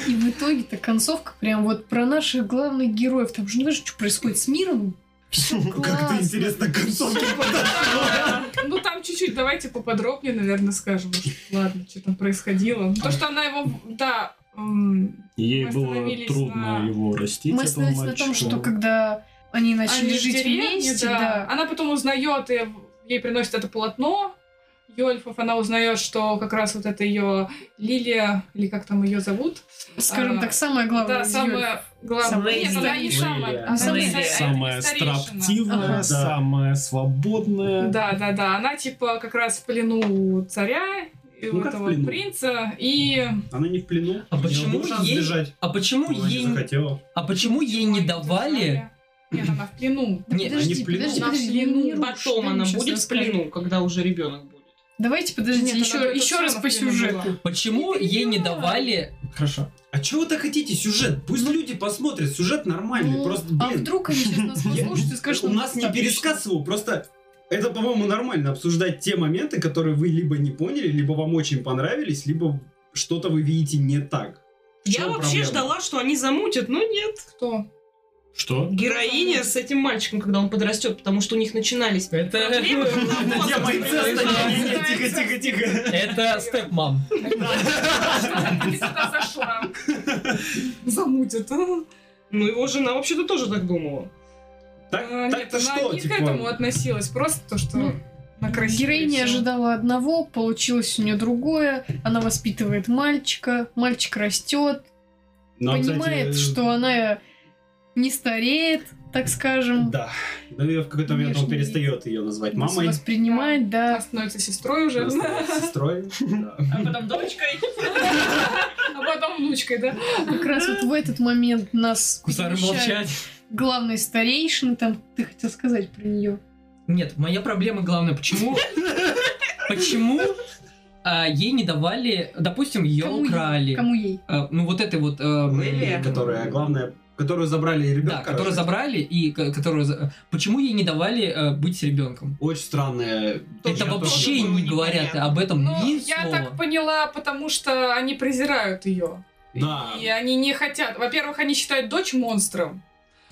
И в итоге-то концовка прям вот про наших главных героев. Там же не важно, что происходит с миром. Все Как-то интересно к концовке Да. Ну там чуть-чуть, давайте поподробнее, наверное, скажем. Ладно, что там происходило. Ну, То, что она его, да, м, Ей Мы было остановились трудно на- его растить, Мы этого остановились на том, мальчика. что когда они начали они в жить деревне, вместе, да. да, Она потом узнает, и ей приносит это полотно Йольфов, она узнает, что как раз вот это ее Лилия, или как там ее зовут. скажем А, так, самое главное. да, из её- самая главная. Самая Нет, она не старейшая. самая. Лилия. Она Самая не ста- А это не Самая старейшина. строптивная, Ага. самая свободная. Да, да, да. Она типа как раз в плену у царя, и Ну, у как в этого плену. принца, и Она не в плену. А у неё почему был шанс ей- сбежать? А почему Она не ей, захотела. а почему ей не давали? Нет, она в плену. Да Нет, подожди, они в плену. подожди, Она в подожди, плену. не рушь, Потом дай она мне щас будет в расскажу. плену, когда уже ребенок будет. Давайте, подождите, Нет, она еще, только еще сама раз по в плену была. сюжету. Почему ей не давали? Хорошо. А чего вы так хотите? Сюжет. Пусть люди посмотрят. Сюжет нормальный. Ну, просто, а блин. вдруг они сейчас нас Я- послушают и скажут, у нам нас не достаточно. пересказ его, просто это, по-моему, нормально обсуждать те моменты, которые вы либо не поняли, либо вам очень понравились, либо что-то вы видите не так. В Я чем вообще проблема? ждала, что они замутят, но нет. Кто? Что? Героиня с этим мальчиком, когда он подрастет, потому что у них начинались Это проблемы. Это тема инцеста. Не, не, не, Тихо, тихо, тихо. это степ-мам. Что-то не сюда зашла. Замутят. а. Ну, его жена вообще-то тоже так думала. А, Так- Нет, Так-то она что, не к этому типа? относилась, просто то, что Ну, на красивее Героиня всё. ожидала одного, получилось у нее другое. Она воспитывает мальчика, мальчик растет, Ну, а, кстати, понимает, э, что она не стареет, так скажем. Да. Ну, ее в какой-то момент он Внешний вид. перестает ее назвать Вос- мамой. Воспринимает, Она да. становится сестрой уже, Она становится Сестрой. да. А потом дочкой. а потом внучкой, да? Как раз вот в этот момент нас Кусары перемещают молчать. главный старейшина, там, ты хотел сказать про нее. Нет, моя проблема главная, почему... Почему а, ей не давали, допустим, ее Кому ей? украли. Кому ей? А, ну вот этой вот... а, Лили? Которая, главное, которую забрали ребенка. Да, которую забрали и к- которую... за- Почему ей не давали а, быть с ребенком? Очень странная. Это Ну, Я вообще тоже- было не говорят непонятно. об этом Ну, ни я слова. так поняла, потому что они презирают ее. Да. А. И они не хотят. Во-первых, они считают дочь монстром.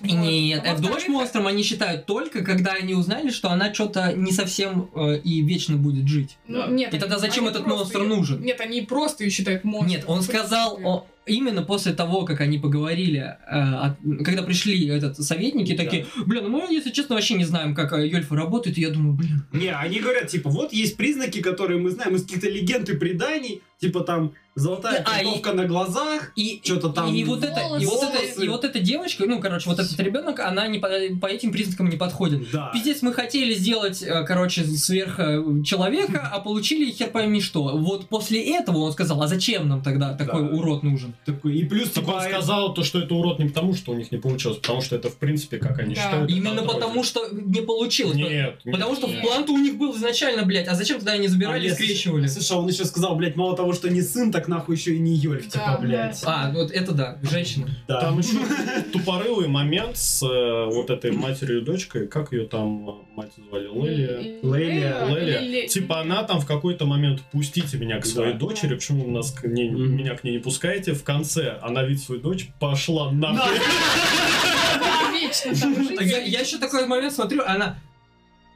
Вот. Нет, А э, во-вторых, дочь монстром они считают только, когда они узнали, что она что-то не совсем э, и вечно будет жить. ну, нет, И они- тогда зачем они этот просто монстр её- нужен? Нет, они просто ее считают монстром. Нет, он в сказал принципе. о- именно после того, как они поговорили, э, от- когда пришли этот советники, Да. такие, блин, ну мы, если честно, вообще не знаем, как э, Йольфа работает, и я думаю, блин, Не, они говорят, типа, вот есть признаки, которые мы знаем из каких-то легенд и преданий, типа там золотая А, и- татуировка на глазах, и что-то там. и вот это, и вот это, волосы. и вот эта девочка, ну короче, вот этот ребенок, она не по, по этим признакам не подходит. Да. Пиздец, мы хотели сделать, э, короче, сверх э, человека, а получили хер пойми что. Вот после этого он сказал, а зачем нам тогда такой Да. урод нужен? Такой, и плюс, Так типа, он сказал, то, что это урод не потому, что у них не получилось, потому что это, в принципе, как они Да. считают. Именно потому, что не получилось. Нет. нет. Потому что в Нет. план-то у них был изначально, блядь, а зачем тогда они забирали и А, скрещивали? Слушай, а он еще сказал, блядь, мало того, что не сын, так нахуй еще и не Йольф, Да, типа, блядь. А, вот это да, женщина. Да. Там еще тупорылый момент с э, вот этой матерью и дочкой, как ее там э, мать звали, Лелия. Лелия, Лелия. Типа она там в какой-то момент пустите меня к своей Да. дочери, почему вы нас к ней, Мгм. меня к ней не пускаете? В конце она видит свою дочь, пошла на Вечно там жить. Так Я, еще такой момент смотрю, она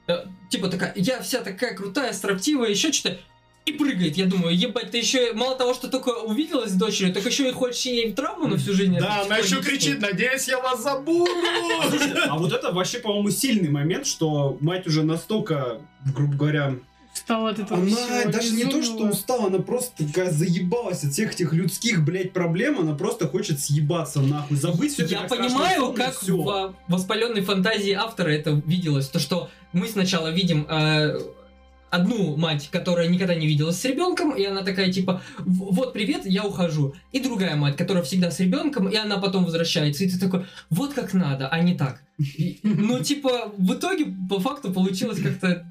э, типа такая, я вся такая крутая, строптивая, еще что-то. И прыгает, я думаю, ебать, ты еще мало того, что только увиделась с дочерью, так еще и хочешь ей травму на всю жизнь. Да, она еще кричит, надеюсь, я вас забуду. А вот это вообще, по-моему, сильный момент, что мать уже настолько, грубо говоря, Устала от этого она всего, ну, даже не то, что безумного. устала, она просто такая заебалась от всех этих людских, блядь, проблем, она просто хочет съебаться нахуй, забыть все Я понимаю, как в воспаленной фантазии автора это виделось. То, что мы сначала видим э, одну мать, которая никогда не виделась с ребенком, и она такая типа, «В- вот привет, я ухожу. И другая мать, которая всегда с ребенком, и она потом возвращается. И ты такой, вот как надо, а не так. И- Ну, типа, в итоге, по факту, получилось как-то...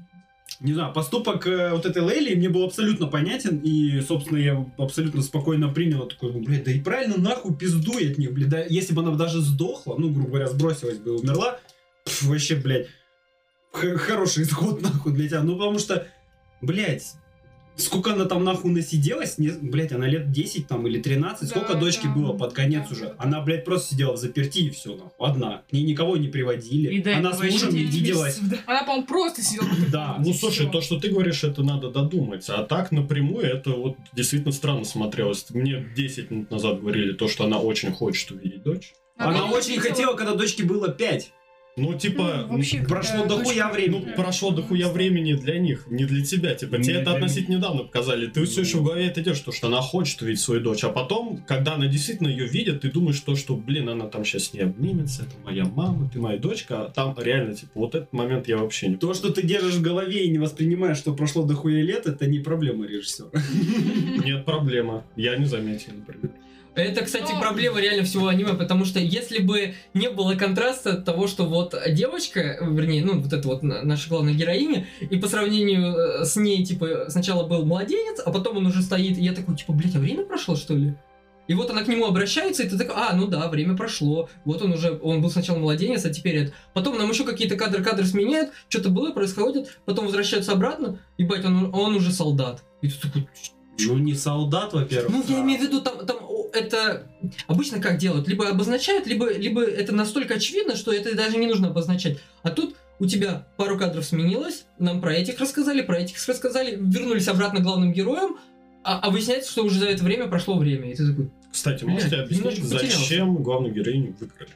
Не знаю, поступок э, вот этой Лейли мне был абсолютно понятен, и, собственно, я абсолютно спокойно принял такой, «Ну, блядь, да и правильно нахуй пиздуй от них, блядь, да, если бы она даже сдохла, ну, грубо говоря, сбросилась бы и умерла, пф, вообще, блядь, х- хороший исход нахуй для тебя, ну, потому что, блядь, сколько она там нахуй насиделась, не, блядь, она лет 10 там или 13, сколько Да, дочки да. было под конец Да. уже, она, блядь, просто сидела в заперти и все, нахуй, одна, к ней никого не приводили, И до она этого с еще мужем не девять виделась, месяцев, да. Она, по-моему, просто сидела. Да. Ну, слушай, то, что ты говоришь, это надо додумать. А так, напрямую, это вот действительно странно смотрелось. Мне 10 минут назад говорили то, что она очень хочет увидеть дочь. она очень хотела, когда дочке было 5. Ну, типа, Ну, вообще, когда прошло дохуя дочка- времени. ну, прошло дохуя времени для них, не для тебя. Типа, Не тебе для это меня. относительно недавно показали. Ты все еще в голове это держишь, то, что она хочет увидеть свою дочь. А потом, когда она действительно ее видит, ты думаешь то, что, блин, она там сейчас не обнимется, это моя мама, ты моя дочка. А там реально, типа, вот этот момент я вообще не... То, что ты держишь в голове и не воспринимаешь, что прошло дохуя лет, это не проблема режиссера. Нет, проблема. Я не заметил, например. Это, кстати, Но- проблема реально всего аниме, потому что если бы не было контраста того, что вот девочка, вернее, ну, вот эта вот на- наша главная героиня, и по сравнению э, с ней, типа, сначала был младенец, а потом он уже стоит, и я такой, типа, блядь, а время прошло, что ли? И вот она к нему обращается, и ты такой, а, ну да, время прошло. Вот он уже, он был сначала младенец, а теперь это. Потом нам еще какие-то кадры, кадры сменяют, что-то было, происходит, потом возвращаются обратно, и, бать, он, он уже солдат. И ты такой, Ну, не солдат, во-первых. ну, я а- имею в виду, там, там о, это обычно как делают? Либо обозначают, либо, либо это настолько очевидно, что это даже не нужно обозначать. А тут у тебя пару кадров сменилось, нам про этих рассказали, про этих рассказали, вернулись обратно к главным героям, а, а выясняется, что уже за это время прошло время. И ты такой, Кстати, Блядь, можете объяснить, немножко потерялся. зачем главную героиню выкрали?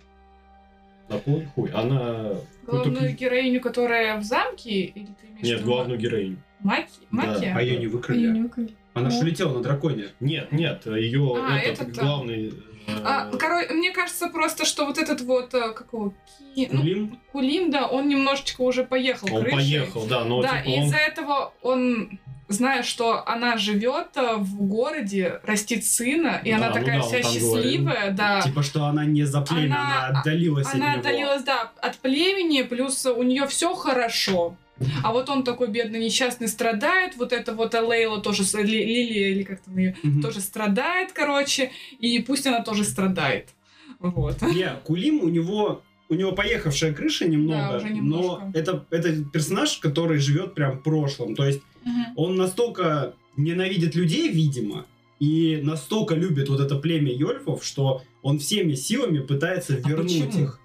На кой хуй? Она... Главную Ну, так- героиню, которая в замке, или ты имеешь в Нет, виду главную героиню. Маки? Да. Маки? А ее не Её выкрали. не выкрали. Она Ну. же улетела на драконе. Нет, нет, ее А, этот, этот, а. главный... э, А, короче, мне кажется просто, что вот этот вот, а, как его, Ки- ну, Кулим? Кулим, да, он немножечко уже поехал Он крышей. поехал, да, но да, типа и он... из-за этого он, зная, что она живет а, в городе, растит сына, и Да, она ну такая да, он вся там счастливая, да. Типа, что она не за племя, Она- она отдалилась от Она него. отдалилась, да, от племени, плюс у нее все хорошо. А вот он такой бедный, несчастный, страдает. Вот это вот Алейла тоже, с- Ли- Лилия или как там ее, Мгм. тоже страдает, короче. И пусть она тоже страдает. Вот. Не, Кулим, у него у него поехавшая крыша немного, Да, уже но немножко. это, это персонаж, который живет прям в прошлом. То есть он настолько ненавидит людей, видимо, и настолько любит вот это племя Йольфов, что он всеми силами пытается А вернуть «А почему? их.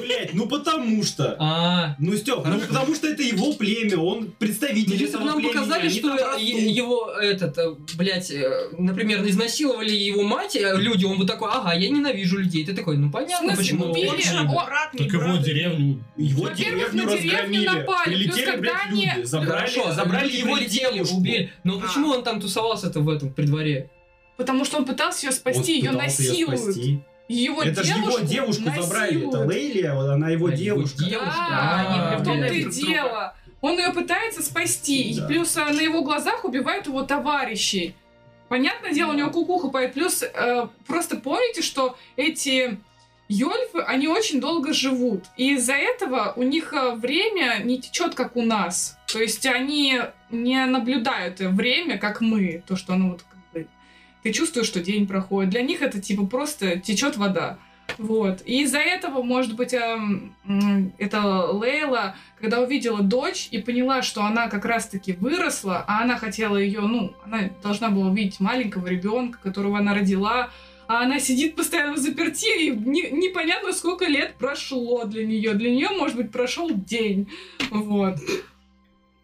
Блять, ну потому что. А, Ну, Степ, ну Хорошо. потому что это его племя, он ну, представитель если бы этого нам племени, показали, они что там растут. е- его, этот, э, блядь, э, например, изнасиловали его мать, э, люди, он бы такой, ага, я ненавижу людей. Ты такой, ну понятно, смысле, почему. убили? Он же О, брат, не Так его брат. деревню... Его Во-первых, деревню на деревню разгромили, напали, прилетели, плюс когда блядь, они- люди, забрали, Хорошо, забрали люди его прилетели, девушку. Убили. Но А. почему он там тусовался-то в этом, при дворе? Потому что он пытался ее Он спасти, ее пытался её насилуют. спасти. Его это же его девушку девушку забрали, это насилуют. Лейли, вот она его А, его девушка. девушка. Да, А, в том-то и блядь. дело. Он ее пытается спасти, и Да. плюс э, на его глазах убивают его товарищей. Понятное дело, у него кукуха поет. Плюс э, просто помните, что эти Йольфы, они очень долго живут. И из-за этого у них э, время не течет, как у нас. То есть они не наблюдают э, время, как мы. То, что оно вот как бы... Ты чувствуешь, что день проходит. Для них это типа просто течет вода. Вот. И из-за этого, может быть, эм, м, это Лейла, когда увидела дочь и поняла, что она как раз-таки выросла, а она хотела ее, ну, она должна была увидеть маленького ребенка, которого она родила, а она сидит постоянно в заперти, и не- непонятно, сколько лет прошло для нее. Для нее, может быть, прошел день. Вот.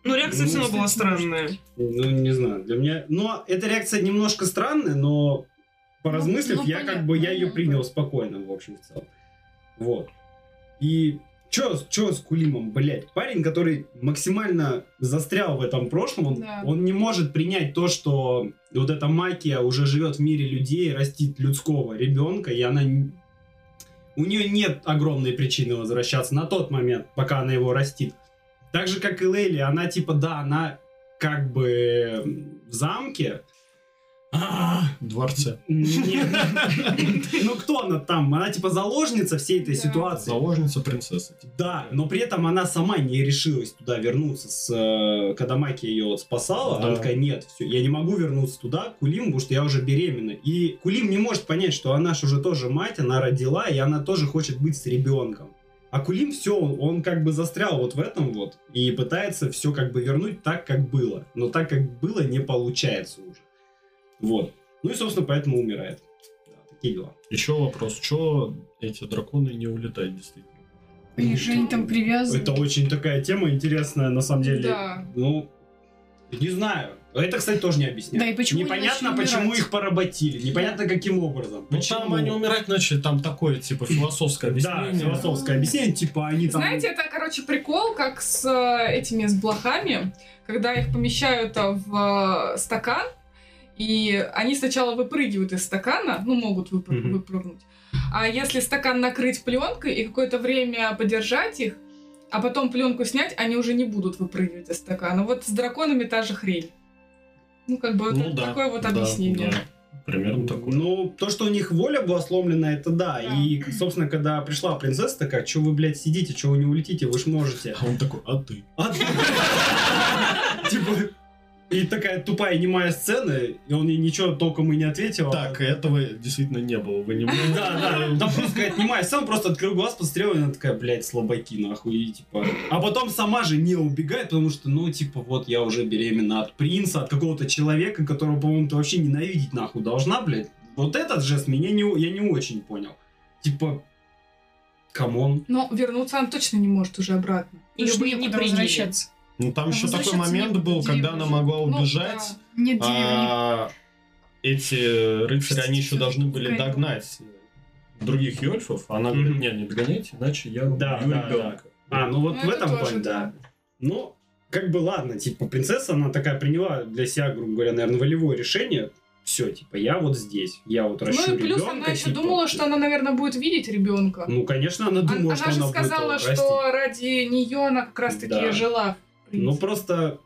Ну, реакция все Ну, равно была кстати, может. странная. Ну, не знаю, для меня... Но эта реакция немножко странная, но поразмыслив, ну, я как понятно, бы, я ее понятно. принял спокойно, в общем, в целом. Вот. И чё, с- чё с Кулимом, блядь? Парень, который максимально застрял в этом прошлом, он, Да. он не может принять то, что вот эта макия уже живет в мире людей, растит людского ребенка, и она... н- У нее нет огромной причины возвращаться на тот момент, пока она его растит. Так же, как и Лейли, она типа, да, она как бы м, в замке, А, Дворце. нет. Ну кто она там? Она типа заложница всей этой Да. ситуации. Заложница принцессы. Да, но при этом она сама не решилась туда вернуться, с, э, когда Маки ее вот спасала. Да. Она такая, нет, все, я не могу вернуться туда, к Кулиму, потому что я уже беременна. И Кулим не может понять, что она же уже тоже мать, она родила, и она тоже хочет быть с ребенком. А Кулим все, он, он как бы застрял вот в этом вот и пытается все как бы вернуть так, как было. Но так, как было, не получается уже. Вот. Ну и, собственно, поэтому умирает. Да, такие дела. Еще вопрос. Че эти драконы не улетают, действительно? И Жень там привязан. Это очень такая тема интересная, на самом деле. Да. Ну, не знаю. Это, кстати, тоже не объясняет. Да, и почему они Непонятно, начали почему умирать? их поработили. Непонятно, каким образом. Ну, Почему? там они умирать начали, там такое, типа, Да, философское объяснение. философское объяснение, типа они там... Знаете, это, короче, прикол, как с э, этими с блохами, когда их помещают э, в э, стакан, и они сначала выпрыгивают из стакана, ну, могут выпры- Мгм. выпрыгнуть. А если стакан накрыть пленкой и какое-то время подержать их, а потом пленку снять, они уже не будут выпрыгивать из стакана. Вот с драконами та же хрень. Ну, как бы вот Ну это да, такое вот да, объяснение. да. Примерно такое. Ну, то, что у них воля была сломлена, это да. Да. И, собственно, когда пришла принцесса такая, что вы, блядь, сидите, что вы не улетите, вы ж можете. А он такой, а ты? А ты- Типа... И такая тупая немая сцена, и он ей ничего толком и не ответил. а Так, этого действительно не было в аниме. Да, да, там просто какая-то немая сцена, просто открыл глаз, посмотрел, и она такая, блядь, слабаки, нахуй, и типа... А потом сама же не убегает, потому что, ну, типа, вот, я уже беременна от принца, от какого-то человека, которого, по-моему, ты вообще ненавидеть, нахуй, должна, блядь. Вот этот жест меня не, о- я не очень понял. Типа, камон. Но вернуться она точно не может уже обратно. И Чтобы не некуда приняли. возвращаться. Ну, там Ну, еще такой возвращаться момент некуда, был, когда она деревня могла Ну, убежать. Нет деревни. а Эти рыцари, они еще Простите, должны были какая-то- догнать других юльфов. Она Мгм. говорит, не, не догоняйте, иначе я убью Да, да, ребенка. А, ну вот Ну, в это этом тоже плане, да. да. Ну, как бы ладно, типа, принцесса, она такая приняла для себя, грубо говоря, наверное, волевое решение. Все, типа, я вот здесь, я вот ращу ну и плюс ребенка, она еще типа. думала, что она, наверное, будет видеть ребенка. Ну, конечно, она Она, думала, она что же она будет сказала, его расти. что ради нее она как раз таки Да. жила. в принципе. Ну, просто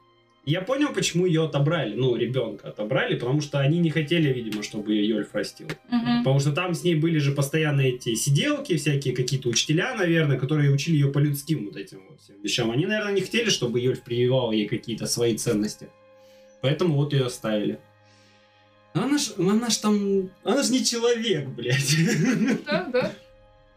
Я понял, почему ее отобрали, ну, ребенка отобрали, потому что они не хотели, видимо, чтобы ее Йольф растил. Мгм. Потому что там с ней были же постоянно эти сиделки, всякие какие-то учителя, наверное, которые учили ее по людским вот этим вот всем вещам. Они, наверное, не хотели, чтобы Йольф прививал ей какие-то свои ценности. Поэтому вот ее оставили. Она ж, она ж там... Она ж не человек, блядь. Да, да.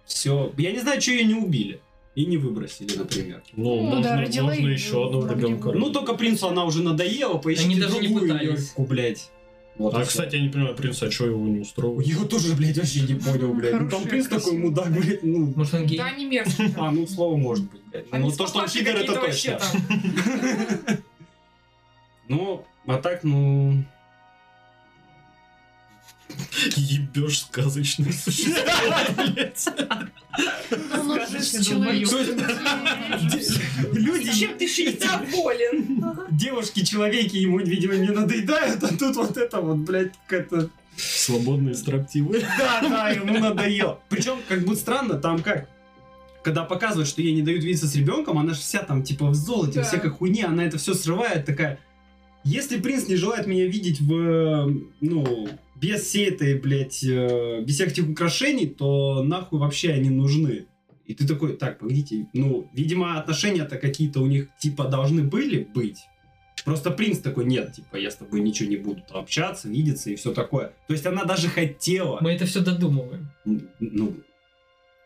Все. Я не знаю, что ее не убили. И не выбросили, например. Ну, Ну можно, да, родила можно и еще одного вроде ребенка. бы. Ну, только принцу она уже надоела, поищите даже не другую пытались. Йольфку, блядь. Вот и А, всё. кстати, я не понимаю, принца, а что его не устроил? Я его тоже, блядь, вообще не понял, блядь. Ну, там Хорошая, принц такой красивая. мудак, блядь, ну... Может, он гей? Да, они мерзкие. А, ну, слово может быть, блядь. Они Ну, с то, что он папашей фигар, это какие-то вообще точно. там. Ну, а так, ну... Ебешь сказочное существо, блядь. Скажешь, Люди, Чем ты еще не доволен? девушки, человеки ему, видимо, не надоедают, а тут вот это вот, блядь, какая-то Свободные строптивы. Да, да, ему надоело. Причем, как будет странно, там как? Когда показывают, что ей не дают видеться с ребенком, она же вся там типа в золоте, Да. вся всякой хуйне, она это все срывает, такая. Если принц не желает меня видеть в, э, ну, без всей этой, блядь, э, без всех этих украшений, то нахуй вообще они нужны. И ты такой, так, погодите, ну, видимо, отношения-то какие-то у них, типа, должны были быть. Просто принц такой, нет, типа, я с тобой ничего не буду там общаться, видеться и все такое. То есть она даже хотела. Мы это все додумываем. М, Ну,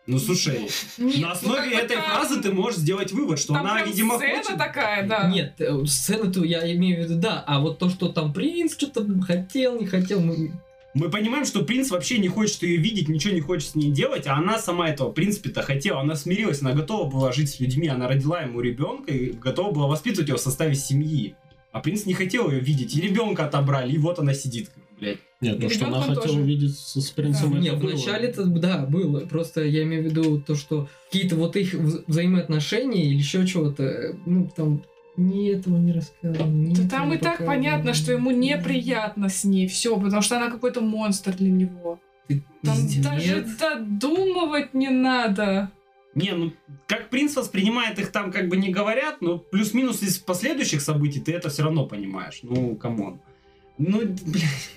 ну слушай, Нет, на основе ну, как бы этой там- фразы ты можешь сделать вывод, что там она, прям видимо, сцена хочет. такая, да. Нет, э, сцену-то я имею в виду, да. А вот то, что там принц что-то хотел, не хотел, мы... Мы понимаем, что принц вообще не хочет ее видеть, ничего не хочет с ней делать, а она сама этого, в принципе-то, хотела. Она смирилась, она готова была жить с людьми, она родила ему ребенка и готова была воспитывать его в составе семьи. А принц не хотел ее видеть, и ребенка отобрали, и вот она сидит, блядь. Нет, то, что она Ребенка хотела тоже. увидеть с с принцем, Да. Не, это было. вначале это да, было. Просто я имею в виду то, что какие-то вот их вза- взаимоотношения или еще чего-то, э, ну там ни этого не рассказано. ни Да этого там и так показано. понятно, что ему неприятно с ней все, потому что она какой-то монстр для него. Ты- Там Нет. даже додумывать не надо. Не, ну, как принц воспринимает их там, как бы не говорят, но плюс-минус из последующих событий ты это все равно понимаешь. Ну, камон. Ну, блядь.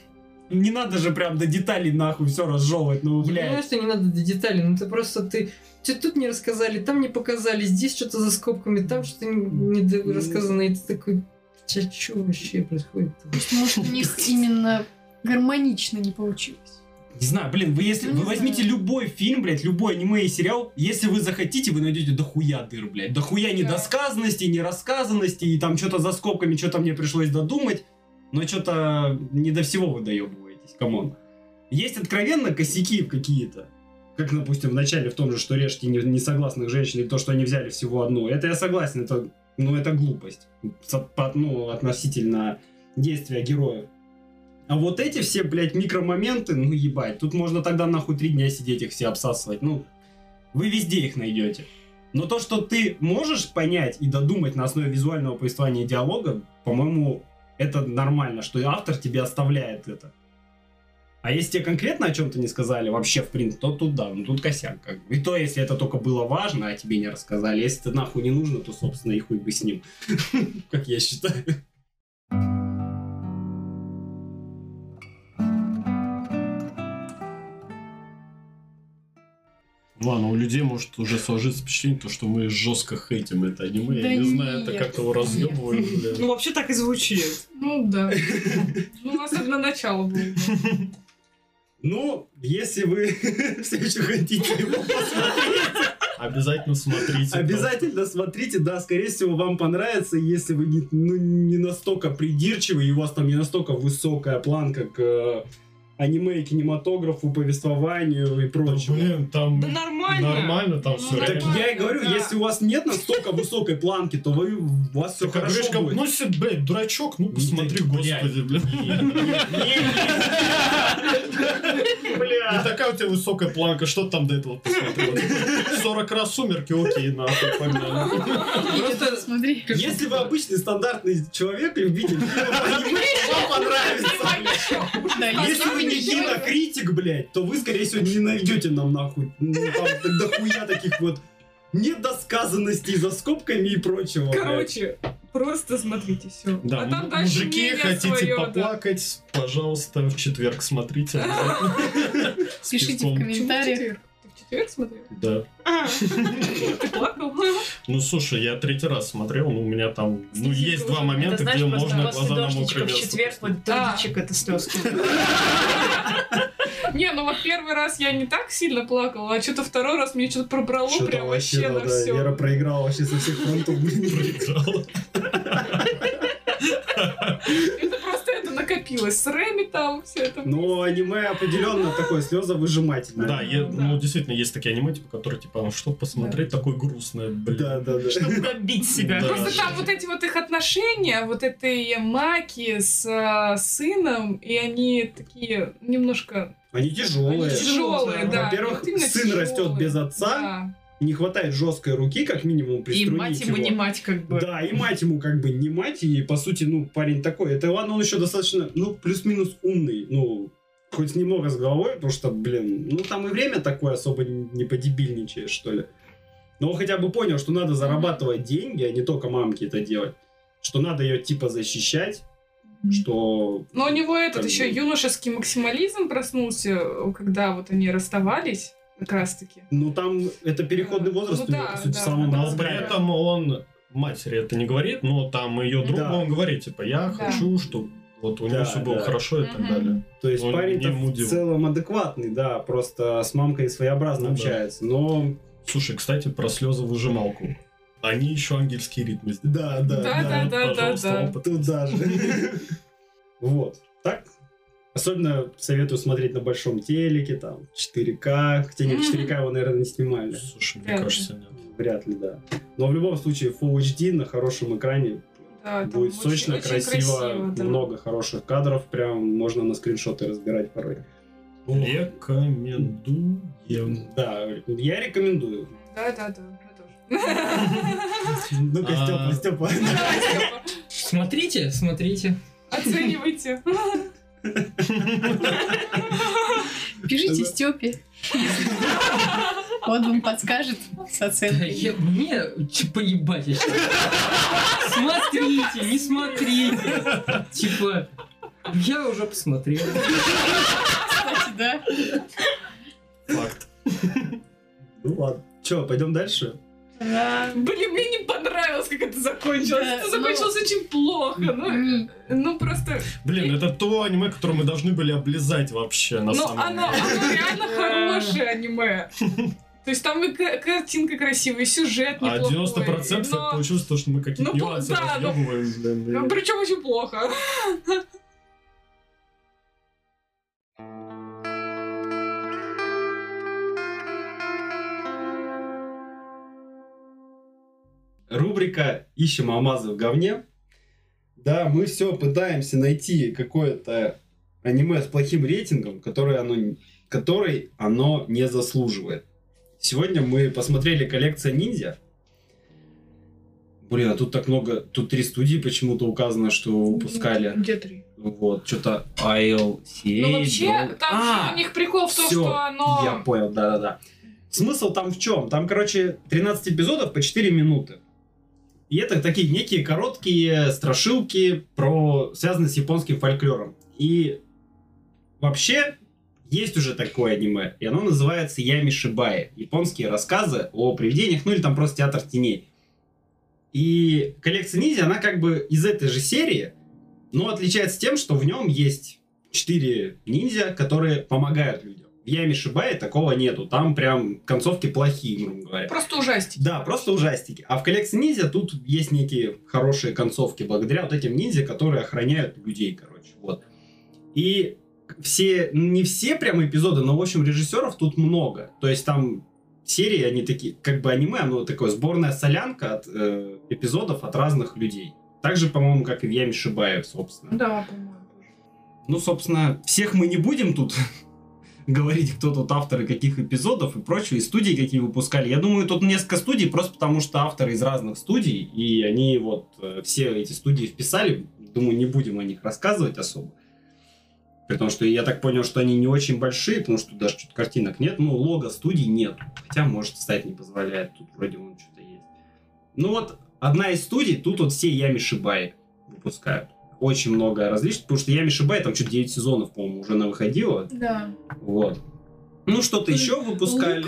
Не надо же прям до деталей нахуй все разжевывать, ну, Я понимаю, блядь. что не надо до деталей, но ты просто ты ты тут не рассказали, там не показали, здесь что-то за скобками, там что-то не не рассказано, и ты такой, что вообще происходит? Может, у них именно гармонично не получилось. Не знаю, блин, вы если Ну, вы не возьмите знаю. любой фильм, блядь, любой аниме и сериал, если вы захотите, вы найдете дохуя дыр, блядь. Дохуя недосказанности, нерассказанности, и там что-то за скобками, что-то мне пришлось додумать, но что-то не до всего вы доебываетесь, камон. Есть откровенно косяки какие-то. Как, допустим, в начале в том же, что режьте не- несогласных женщин, и то, что они взяли всего одну. Это я согласен, это, ну, это глупость. Со- по- ну, относительно действия героев. А вот эти все, блядь, микромоменты, ну ебать, тут можно тогда нахуй три дня сидеть их все обсасывать. Ну, вы везде их найдете. Но то, что ты можешь понять и додумать на основе визуального повествования и диалога, по-моему, это нормально, что и автор тебе оставляет это. А если тебе конкретно о чем-то не сказали вообще, в принципе, то тут да, ну тут косяк как бы. И то, если это только было важно, а тебе не рассказали. Если это нахуй не нужно, то, собственно, и хуй бы с ним. Как я считаю. Ну Ладно, у людей может уже сложиться впечатление, то, что мы жестко хейтим это аниме. Да я не знаю, это нет, как-то его разъебывали, Ну, блядь. вообще так и звучит. Ну да. Ну, особенно начало было. Ну, если вы все еще хотите его Обязательно смотрите. Обязательно смотрите, да, скорее всего, вам понравится, если вы не, ну, не настолько придирчивы, и у вас там не настолько высокая планка к э, аниме и кинематографу, повествованию и Да, прочему. Блин, там Да нормально. нормально, там Ну, все так реально. я и говорю, Да. если у вас нет настолько высокой планки, то вы, у вас все Ты как хорошо говоришь, как, будет. ну, си- блядь, дурачок, ну, Ну, посмотри, ты, блядь. господи, блядь. Не такая у тебя высокая планка, что ты там до этого посмотрел? 40 раз сумерки, окей, нахуй, погнали. Просто Смотри. Если вы обычный стандартный человек, любитель фильмов, аниме, вам понравится. блядь. Да, Если вы не кинокритик, блядь, то вы, скорее всего, не найдете нам нахуй. Ну, там дохуя таких вот недосказанностей за скобками и прочего. блядь. Короче, Просто смотрите все. Да, а там м- дальше мужики, мнение хотите своё, да. поплакать, пожалуйста, в четверг смотрите. обязательно. С Пишите в Почему пивком. в комментариях. четверг? Ты в четверг смотрел? Да. А, Ты плакал? Ну, слушай, я третий раз смотрел, ну, у меня там, ну, Слезинка есть два уже. Это момента, знаешь, где просто у можно вас глаза на мокрое художничка в место четверг, поставить. вот трудничек это слезки. Не, ну вот первый раз я не так сильно плакала, а что-то второй раз мне что-то пробрало Что-то ну, прям вообще на ну да, да, все. Вера проиграла вообще со всех фронтов. блин. Проиграл. Это просто это накопилось. С Рэми там все это. Но аниме определенно такое слезовыжимательное. Да, я- Да. ну, действительно, есть такие аниме, типа, которые, типа, ну, что посмотреть, такое грустное, блин. Да, да, да. Чтобы добить себя. Да. Просто там вот эти вот их отношения, вот этой Маки с а, сыном, и они такие немножко Они они тяжелые. тяжелые, да. ну, Во-первых, Вот именно сын тяжелые. растет без отца, Да. не хватает жесткой руки, как минимум, И приструнить мать ему его. не мать, как бы. Да, и мать ему как бы не мать, и по сути, ну, парень такой. Это ладно, он еще достаточно, ну, плюс-минус умный, ну, хоть немного с головой, потому что, блин, ну, там и время такое особо не не подебильничаешь, что ли. Но он хотя бы понял, что надо зарабатывать деньги, а не только мамке это делать. Что надо ее типа защищать, что... Но у него этот Как еще бы. юношеский максимализм проснулся, э, когда вот они расставались, как раз таки. Ну, там это переходный возраст, Ну у него, да, по сути, да, в самом да. Но разгаре. при этом он матери это не говорит, но там ее другу Да. он говорит, типа, я Да. хочу, чтобы вот у Да, него все было да. хорошо и Мгм. так далее. То есть Он парень-то не в мудил. целом адекватный, да, просто с мамкой своеобразно Ну да. общается. Но Слушай, кстати, про слезовыжималку. Они еще ангельские ритмы сделали. да, да, Да, да, да, да, пожалуйста, да. опыт. Туда же. А Вот. Так. Особенно советую смотреть на большом телеке, там, 4К. Хотя нет, 4К его, наверное, не снимали. Слушай, мне Вряд ли. кажется, нет. Вряд ли, да. Но в любом случае, Full HD на хорошем экране Да, А, там будет очень- сочно, очень красиво, да. много хороших кадров. Прям можно на скриншоты разбирать порой. Рекомендуем. Да, я рекомендую. Да, да, да. мы тоже. Ну-ка, А. Степа, Степа. Давай, Стёпа, Смотрите, смотрите. Оценивайте. Пишите Степе. Он вам подскажет с Да оценкой. я- мне че, поебать еще. Смотрите, не смотрите. Типа, я уже посмотрел. Кстати, да. Факт. Ну ладно. Че, пойдем дальше? Да. Блин, мне не понравилось, как это закончилось. Да, Это ну- закончилось очень плохо. Ну, М, ну просто. Блин, это то аниме, которое мы должны были облизать вообще на ну, самом оно, деле. оно реально хорошее аниме. То есть там и ка- картинка красивая, и сюжет А неплохой. 90% но... получилось то, что мы какие-то Ну, по- нюансы да, ну- разъебываем, блин, и- Причем очень плохо. рубрика «Ищем алмазы в говне». Да, мы все пытаемся найти какое-то аниме с плохим рейтингом, которое оно, который оно не заслуживает. Сегодня мы посмотрели коллекция «Ниндзя». Блин, а тут так много... Тут три студии почему-то указано, что выпускали. Где три? Вот, что-то ILCA. Ну вообще, Dol- там А, же у них прикол в том, всё, что оно. я понял, да-да-да. Смысл там в чем? Там, короче, 13 эпизодов по 4 минуты. И это такие некие короткие страшилки, про... связанные с японским фольклором. И вообще есть уже такое аниме, и оно называется Ями Шибаи. Японские рассказы о привидениях, ну или там просто театр теней. И коллекция Ниндзя, она как бы из этой же серии, но отличается тем, что в нем есть четыре ниндзя, которые помогают людям. В Яме Шибае такого нету. Там прям концовки плохие, грубо говоря. Просто ужастики. Да, просто ужастики. А в коллекции ниндзя тут есть некие хорошие концовки благодаря вот этим ниндзя, которые охраняют людей, короче. Вот. И все, не все прям эпизоды, но, в общем, режиссеров тут много. То есть там серии, они такие, как бы аниме, оно такое сборная солянка от э, эпизодов от разных людей. Так же, по-моему, как и в Яме Шибаев, собственно. Да, по-моему. Ну, собственно, всех мы не будем тут говорить, кто тут авторы каких эпизодов и прочего, и студии какие выпускали. Я думаю, тут несколько студий, просто потому что авторы из разных студий, и они вот э, все эти студии вписали. Думаю, не будем о них рассказывать особо. При том, что я так понял, что они не очень большие, потому что даже чуть картинок нет. Ну, лого студий нет. Хотя, может, стать не позволяет. Тут вроде он что-то есть. Ну вот, Одна из студий, тут вот все Ями Шибай выпускают. Очень много различных, потому что Ями Шибай там что-то 9 сезонов, по-моему, уже на выходило. Да. Вот. Ну, что-то еще выпускали.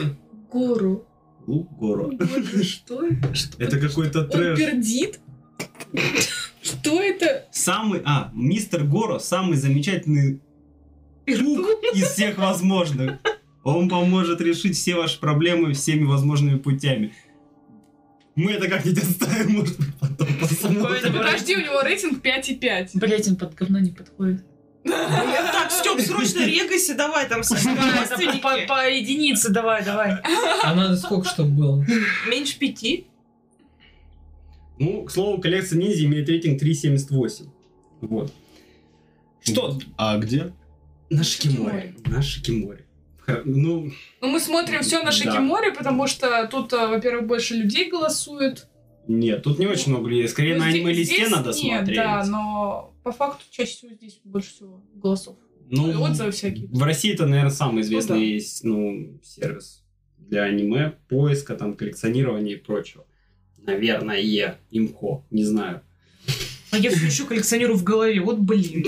Гору. Лук, гору. Боже, Что это? Что Это какой-то Он трэш. пердит? Что это? Самый, а, мистер Горо, самый замечательный лук из всех возможных. Он поможет решить все ваши проблемы всеми возможными путями. Мы это как-нибудь оставим, может быть, потом посмотрим. Подожди, у него рейтинг 5,5. Блять, он под говно не подходит. Так, Степ, срочно регайся, давай там со- По по- родственники. по единице давай, давай. А надо сколько, чтобы было? Меньше пяти. Ну, к слову, коллекция ниндзя имеет рейтинг 3.78. Вот. Что? А где? На Шикиморе. На Шикиморе. Хра- Ну, Ну, мы смотрим все Да. на Шикиморе, потому что тут, а, во-первых, больше людей голосует. нет, тут не очень много людей. Скорее Ну, на зде- аниме-листе здесь а надо нет, смотреть. Да, но по факту чаще всего здесь больше всего голосов. Ну, И отзывы всякие. В России это, наверное, самый известный да. есть, ну, сервис для аниме, поиска, там, коллекционирования и прочего. Наверное, имко, не знаю. А я все еще коллекционирую в голове, вот блин.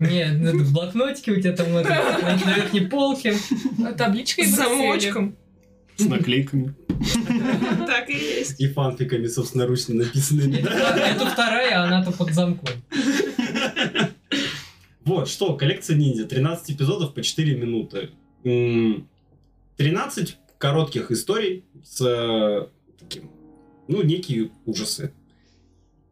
Не, ну, это в блокнотике у тебя там это, на на верхней полке. А Табличка С и замочком. С наклейками. Так и есть. И фанфиками, собственноручно написанными. Это вторая, а она-то под замком. Вот, что, коллекция ниндзя, 13 эпизодов по 4 минуты. М, 13 коротких историй с э, таким, ну, некие ужасы.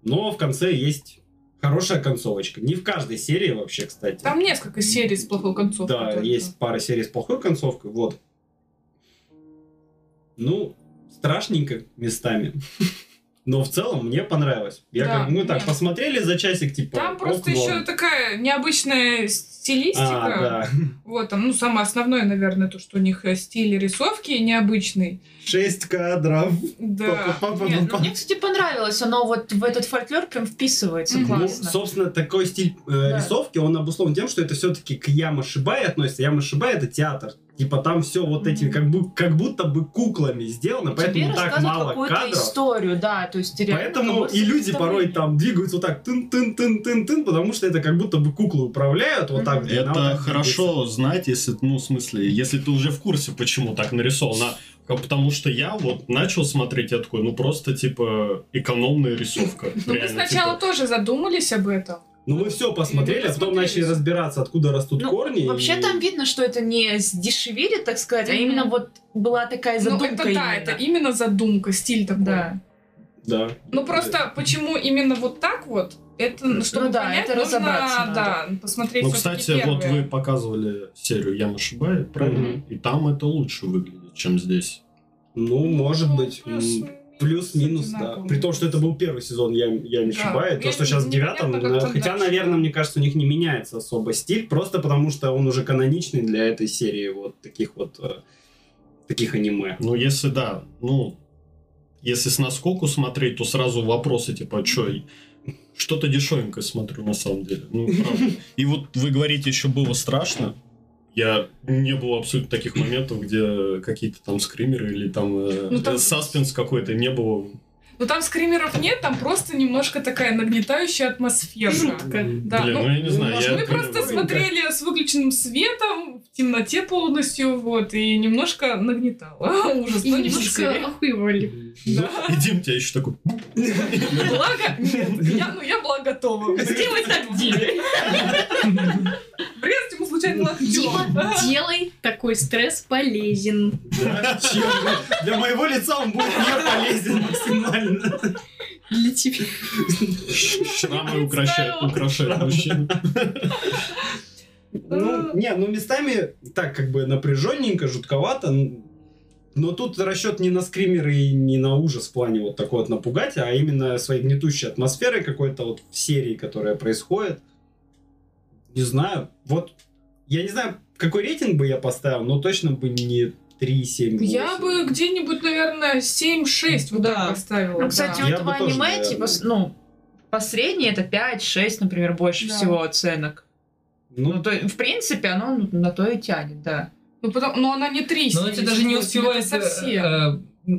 Но в конце есть хорошая концовочка. Не в каждой серии вообще, кстати. Там несколько серий с плохой концовкой. Да, только. есть пара серий с плохой концовкой, вот. Ну, страшненько местами. Но в целом мне понравилось. Я Да, как- мы так нет. посмотрели за часик, типа. Там просто ок, норм. еще такая необычная стилистика. А, да. Вот там, ну, самое основное, наверное, то, что у них э, стиль рисовки необычный. Шесть кадров. Да. Па-па-па-па-па. Нет, ну, Мне, кстати, понравилось. Оно вот в этот фольклор прям вписывается Мгм. Ну, классно. собственно, такой стиль э, Да. рисовки, он обусловлен тем, что это все-таки к Яма Шибай относится. Яма Шибай это театр. Типа там все вот эти, Мгм. как, бы, как будто бы куклами сделано, Тебе поэтому так рассказывают мало какую-то кадров. историю, да, то есть ты реально как Поэтому будто и люди представляешь. порой там двигаются вот так тын-тын-тын-тын-тын, потому что это как будто бы куклы управляют вот так. а вот, и она вот Это так хорошо знать, если, ну, в смысле, если ты уже в курсе, почему так нарисовано. А Потому что я вот начал смотреть, я такой, ну, просто, типа, экономная рисовка. Ну, мы Реально, сначала типа. тоже задумались об этом. двигается. Ну мы все посмотрели, Мы а потом посмотрели начали всё. разбираться, откуда растут Ну, корни. Вообще и- там видно, что это не сдешевили, так сказать, а Мгм. именно вот была такая задумка. ну, это да, именно. это именно задумка, стиль такой. Да. Да. Ну просто почему именно вот так вот? Это ну, чтобы да, понять, это нужно разобраться надо. да, посмотреть. Ну, всё-таки кстати, вот первое. вы показывали серию «Я ошибаю», правильно? И там это лучше выглядит, чем здесь. Ну, может Ну, быть. м, плюс-минус Плюс-минус, да. одинаково. При том, что это был первый сезон я, я не Да. ошибаю. То, Я что сейчас в не- девятом, непонятно, как да, там хотя, дальше. наверное, мне кажется, у них не меняется особо стиль, просто потому что он уже каноничный для этой серии вот таких вот э, таких аниме. Ну, если да, ну, если с наскоку смотреть, то сразу вопросы, типа, что что-то дешевенькое смотрю на самом деле. Ну, правда. И вот вы говорите, еще было страшно. Я не было абсолютно таких моментов, где какие-то там скримеры или там, э, Ну, там- э, саспенс какой-то не было. Ну там скримеров нет, там просто немножко такая нагнетающая атмосфера. Жутко. Да, Блин, ну, я не знаю. немножко- я Мы понимаю. просто смотрели с выключенным светом, в темноте полностью, вот, и немножко нагнетало. Ужас, И но немножко. немножко охуевали. Ну, и Дим тебя еще такой... Благо, нет, я, ну я была готова. Сделай так, Диме. Врезать ему случайно Типа локтем. Дима, делай такой стресс полезен. Да, чё вы? Для моего лица он будет не полезен максимально. Для тебя. Шрамы укращают- украшают Шрамы. мужчин. Ну, не, ну местами так как бы напряженненько, жутковато. н- Но тут расчет не на скримеры и не на ужас в плане вот такой вот напугать, а именно своей гнетущей атмосферой какой-то вот в серии, которая происходит. Не знаю, вот я не знаю, какой рейтинг бы я поставил, но точно бы не 3, 7, 8. Я бы где-нибудь, наверное, 7-6 вот Да. так поставила. Ну, кстати, да. у Я этого бы тоже, аниме, наверное. типа, с- ну, по средней это 5-6, например, больше Да. всего оценок. Ну, Ну, то, в принципе, оно на то и тянет, да. Ну, потом- но она не 3 э, Но это даже не успевает... совсем. э, э,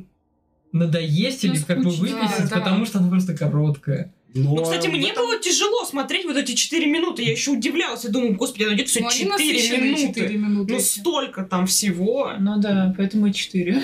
надоесть Ну, или как бы скучно, выбесить, да. потому что она просто короткая. Но Ну, кстати, мне было тяжело смотреть вот эти 4 минуты. Я еще удивлялась. Я думаю, господи, она идет все Ну, они 4 насыщенные минуты. четыре минуты. Ну, столько там всего. Ну да, поэтому и четыре.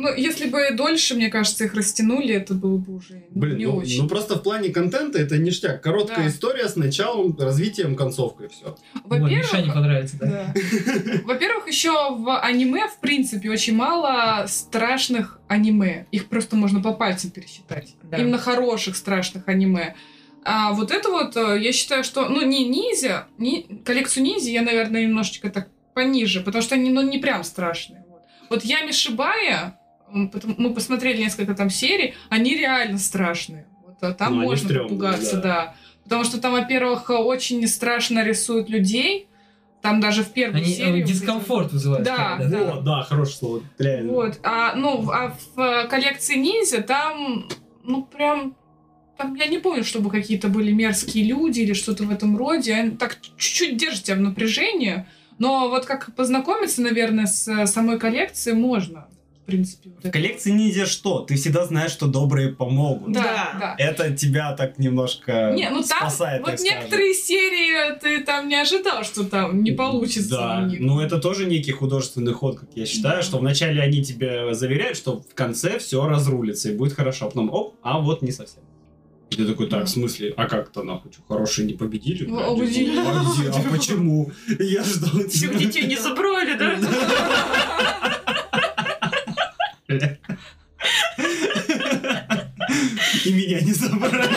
Ну, если бы дольше, мне кажется, их растянули, это было бы уже ну, Блин, не ну, очень. ну просто в плане контента это ништяк. Короткая Да. история с началом, развитием, концовкой. Все. Ой, Миша не Во-первых, понравится, да? да. Во-первых, еще в аниме, в принципе, очень мало страшных аниме. Их просто можно по пальцам пересчитать. Да. Именно хороших страшных аниме. А вот это вот, э, я считаю, что, ну, не ниндзя, ни- коллекцию ниндзя я, наверное, немножечко так пониже, потому что они, ну, не прям страшные. Вот, вот Ями Шибая, м, потом- мы посмотрели несколько там серий, они реально страшные. Вот, а там Ну, они можно стрёмные, попугаться, да. да. Потому что там, во-первых, очень страшно рисуют людей, там даже в первой Они серии... э, дискомфорт вызывают. Да, скорее, да. Вот, да, хорошее слово, реально. Вот, а, ну, в- а в э, коллекции ниндзя там, ну, прям, там, я не помню, чтобы какие-то были мерзкие люди или что-то в этом роде. Они Так чуть-чуть держат тебя в напряжении, но вот как познакомиться, наверное, с э, самой коллекцией можно, в принципе. вот В это. коллекции ниндзя что? Ты всегда знаешь, что добрые помогут. Да, Да. да. Это тебя так немножко Не, ну там спасает, вот так скажем. некоторые серии э, ты там не ожидал, что там не получится. Да, у них. ну это тоже некий художественный ход, как я считаю, Да. что вначале они тебя заверяют, что в конце все разрулится и будет хорошо, а потом оп, а вот не совсем. И ты такой, так, в смысле, а как-то нахуй, что, хорошие не победили? Ну, блядь?» а где? А где? Типа. А почему? Я ждал Всех тебя. детей не забрали, да? И меня не забрали.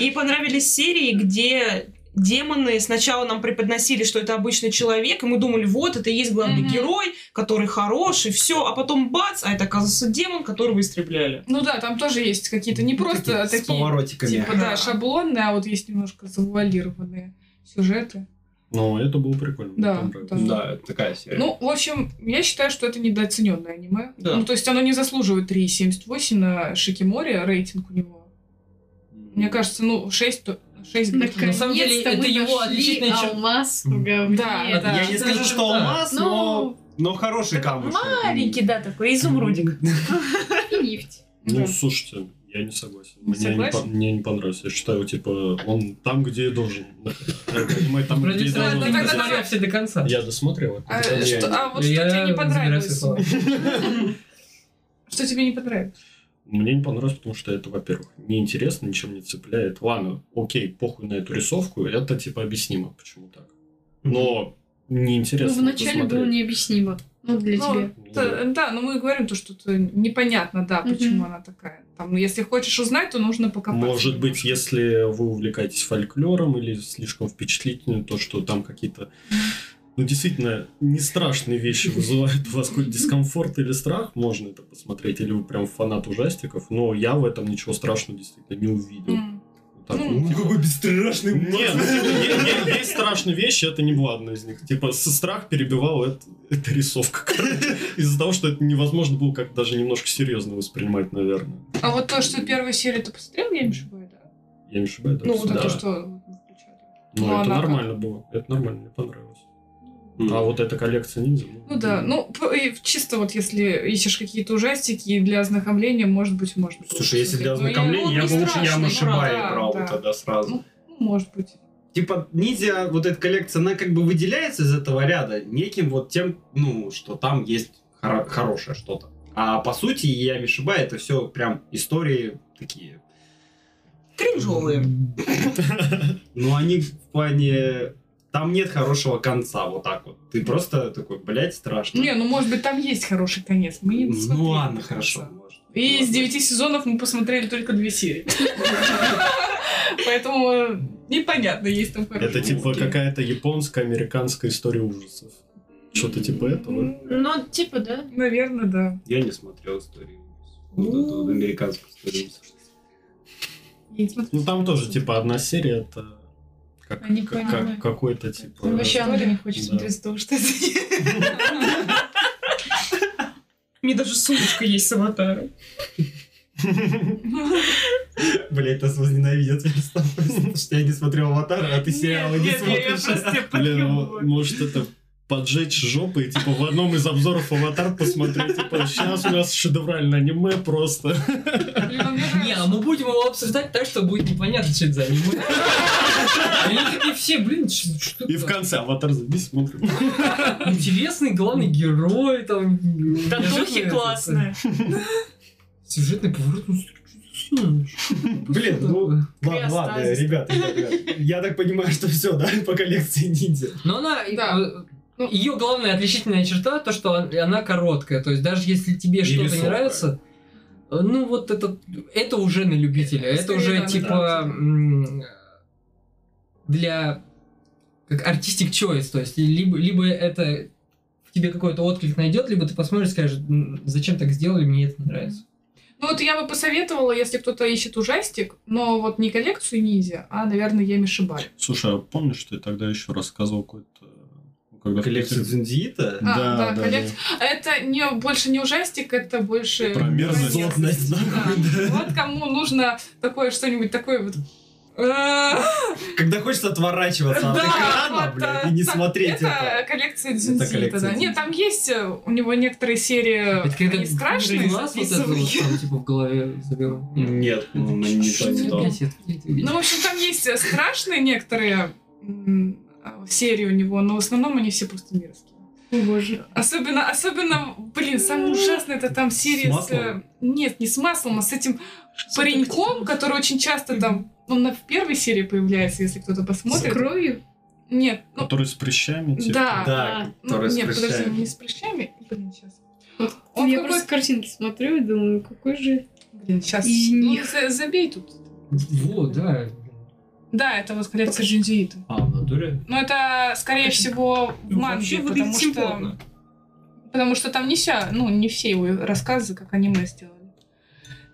И понравились серии, где демоны сначала нам преподносили, что это обычный человек, и мы думали, вот, это и есть главный Мгм. герой, который хороший, все, а потом бац, а это оказывается демон, которого истребляли. Ну да, там тоже есть какие-то Ну, не просто С такие поворотиками. Типа, да, шаблонные, а вот есть немножко завуалированные сюжеты. Но это было прикольно. мне Да, понравилось. да. Да, это такая серия. Ну, в общем, я считаю, что это недооцененное аниме. Да. Ну, то есть оно не заслуживает 3,78 на Шикиморе, а рейтинг у него. Мне кажется, ну, 6, то- 6 где-то. На самом деле, Наконец-то это мы его нашли отличительная черта. алмаз Ну, в М. говне. Да, да. Я не скажу, что Да. алмаз, но, но хороший камушек. Маленький, да, такой изумрудик. И нефть. Ну, Да. слушайте, я не согласен. Не мне, Не, согласен? по- мне не понравилось. Я считаю, типа, он там, где должен. Я понимаю, там, где Продюсер, должен. ну, тогда находиться. давай. досмотрел все до конца. Я досмотрел это. А, Да, я- что- а вот что Я тебе не забираю понравилось? свои Что тебе не понравилось? Мне не понравилось, потому что это, во-первых, неинтересно, ничем не цепляет. Ладно, окей, похуй на эту рисовку, это типа объяснимо, почему так. Но Ну, неинтересно. вначале это было смотреть. необъяснимо. Ну, для Ну, тебя. Ну, Да, да. да, но мы говорим то, что это непонятно, да, Мгм. почему она такая. Там, ну, если хочешь узнать, то нужно покопаться. Может быть, немножко. если вы увлекаетесь фольклором или слишком впечатлительно, то, что там какие-то ну, действительно, не страшные вещи вызывают у вас какой-то дискомфорт или страх, можно это посмотреть, или вы прям фанат ужастиков, но я в этом ничего страшного действительно не увидел. М. Так, Ну, ну, Ну, типа, какой бесстрашный Не, ну, мужик. типа, е- е- есть страшные вещи, это не была одна из них. Типа, со- страх перебивал эт- эта рисовка. короче. Из-за того, что это невозможно было как даже немножко серьезно воспринимать, наверное. А вот то, что первая серия, ты посмотрел, я не ошибаюсь, да? Я не ошибаюсь. Ну, вот да. это, что мы включали. Но Ну, это она как? нормально было. Это нормально, мне понравилось. А вот эта коллекция ниндзя... Ну да, ну п- и чисто вот если ищешь какие-то ужастики для ознакомления, может быть, можно. было Слушай, если для посмотреть. Но ну, ознакомления, я не бы лучше страшно, Яма ну, Шибаи да, брал бы да. тогда сразу. Ну, может быть. типа ниндзя, вот эта коллекция, она как бы выделяется из этого ряда неким вот тем, ну, что там есть хоро- хорошее что-то. А по сути, я Мишиба, это все прям истории такие. Кринжовые. Ну, они в плане... Там нет хорошего конца, вот так вот. Ты просто такой, блядь, страшно. Не, ну может быть там есть хороший конец. Мы не ну досмотрели ладно, до хорошо. конца. может. И из Ладно. девяти сезонов мы посмотрели только две серии. Поэтому э, непонятно, есть там хороший Это типа конец. какая-то японская, американская история ужасов. Что-то типа этого. М, Ну, типа, да. Наверное, да. Я не смотрел историю. Вот эту вот американскую историю. Я не смотрела. Ну там тоже типа одна серия, это как, Я не как- как- понимаю. какой-то типа. Ну, вообще Анна не хочет Да. смотреть из-за того, что это... Мне даже сумочка есть с аватаром. Блять, нас возненавидят, потому что я не смотрел аватар, а ты сериалы не Нет, нет, я смотришь. просто тебя Блин, ну, подъёбываю. может это поджечь жопы и типа в одном из обзоров аватар посмотреть. Типа, сейчас у нас шедевральное аниме просто. Блин, мне Не, нравится. а мы будем его обсуждать так, что будет непонятно, что это за аниме. И Они такие все, блин, ч- что И в это? конце аватар заби смотрим. Интересный главный герой, там... сюжетный этот, Татухи э, классные. Сюжетный поворот, ну что ты сунешь? Блин, Что ну... такое? Ладно, ладно, Крест, ребят, ребят, ребят. я так понимаю, что все, да, пока лекции ниндзя. Но она... Да. Ну. э, Ее главная отличительная черта то, что он- она короткая. То есть даже если тебе что-то не рисовка. нравится, э, ну вот это, это уже на любителя. Это Э, Скорее, уже да, типа да. м, для как артистик choice. То есть либо, либо это в тебе какой-то отклик найдет, либо ты посмотришь и скажешь, «М, зачем так сделали, мне это не нравится. Ну вот я бы посоветовала, если кто-то ищет ужастик, но вот не коллекцию ниндзя, а, наверное, Ями Шибари. Слушай, а помнишь, ты тогда еще рассказывал какой-то... ну, Когда в Коллекция Питере- Дзиндиита? А, да, коллекция. Это не, больше не ужастик, это больше... Про мерзость. Мерзотность, Да. нахуй, да. Вот кому нужно такое что-нибудь такое вот... Э, Когда хочется отворачиваться от Да, экрана, вот, блядь, э, и не так, смотреть это. Это коллекция коллекция Дзинзита, да. Дзинзита. Нет, там есть э, у него некоторые серии, Это когда они страшные, дурный глаз вот это вот записываю. там типа в голове заберу. Нет, ну, не Что то, не это, то. блядь, это, блядь, Ну, в общем, там есть э, страшные некоторые м, э, серии у него, но в основном они все просто мерзкие. О, боже. Особенно, особенно, блин, самое ужасное это там серия с... э, маслом? Нет, не с маслом, а с этим пареньком, который очень часто там... Он на- в первой серии появляется, если кто-то посмотрит. кровью? Нет, ну, Который с прыщами, типа. да. Да, Ну, который нет, подожди, спрещает. не с прыщами. Блин, сейчас. Вот Он я какой- просто картинки смотрю и думаю, какой же... Блин, сейчас. Из Ну, них. за- забей тут. Вот, да. Да, это вот коллекция Джинзиита. А, в натуре? Но это, скорее всего, в манге, Ну, Вообще потому выглядит что... симпотно. Потому что там не вся, ну, не все его рассказы, как аниме сделали.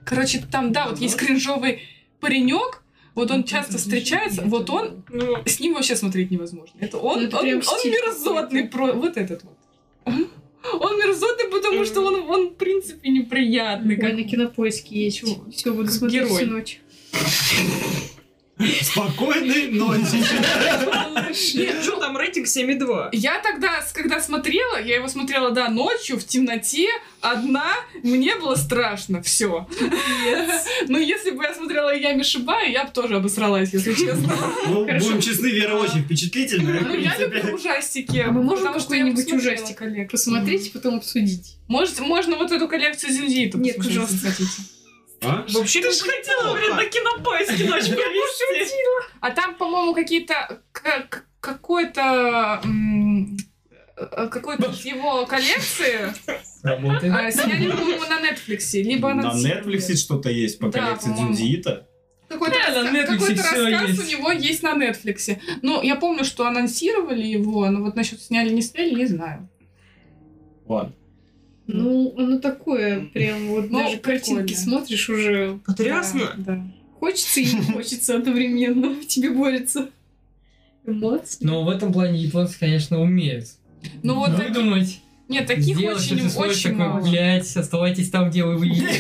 Короче, там, да, вот есть кринжовый паренек, вот он часто встречается, вот он, Ну, с ним вообще смотреть невозможно. Это он, Ну, это он, прям он стиль мерзотный, про, вот этот вот. Он мерзотный, потому что он, он в принципе, неприятный. Ой, Как... на кинопоиске есть. Чего? Все, буду Как смотреть герой. всю ночь. Спокойной ночи. Нет, что там рейтинг 7,2? Я тогда, с- когда смотрела, я его смотрела, да, ночью, в темноте, одна, мне было страшно, все. Но если бы я смотрела Ями Шибаю, я бы тоже обосралась, если честно. Ну, Хорошо. будем честны, Вера очень впечатлительная. Ну, я в принципе. люблю ужастики. А мы можем Ну, потому что я какой-нибудь посмотрела ужастик коллекцию. Посмотреть и потом обсудить. Может, можно вот эту коллекцию Зинзита посмотреть, Нет, если пожалуйста. хотите. А? Вообще Ты ж хотела, блин, на кинопоиске ночь провести. А там, по-моему, какие-то к- к- какой-то м, э, какой-то из его коллекции Работает. э, сняли, по-моему, на Netflix. Либо На анонсировали. Netflix что-то есть по Да, коллекции по-моему. Дзиндиита. Какой-то, Да, раска- на Netflixе какой-то всё рассказ у есть. него есть на Netflix. Ну, я помню, что анонсировали его, но вот насчет сняли, не сняли, не знаю. Ладно. Ну, оно такое, прям вот Ну, даже картинки прикольно. смотришь уже. Потрясно. Да, да. Хочется и не хочется одновременно. В тебе борется. Эмоции. Но в этом плане японцы, конечно, умеют. Ну вот таки- Выдумать. нет, таких сделать, что ты очень, смотришь, очень такой, мало. блядь, оставайтесь там, где вы едете.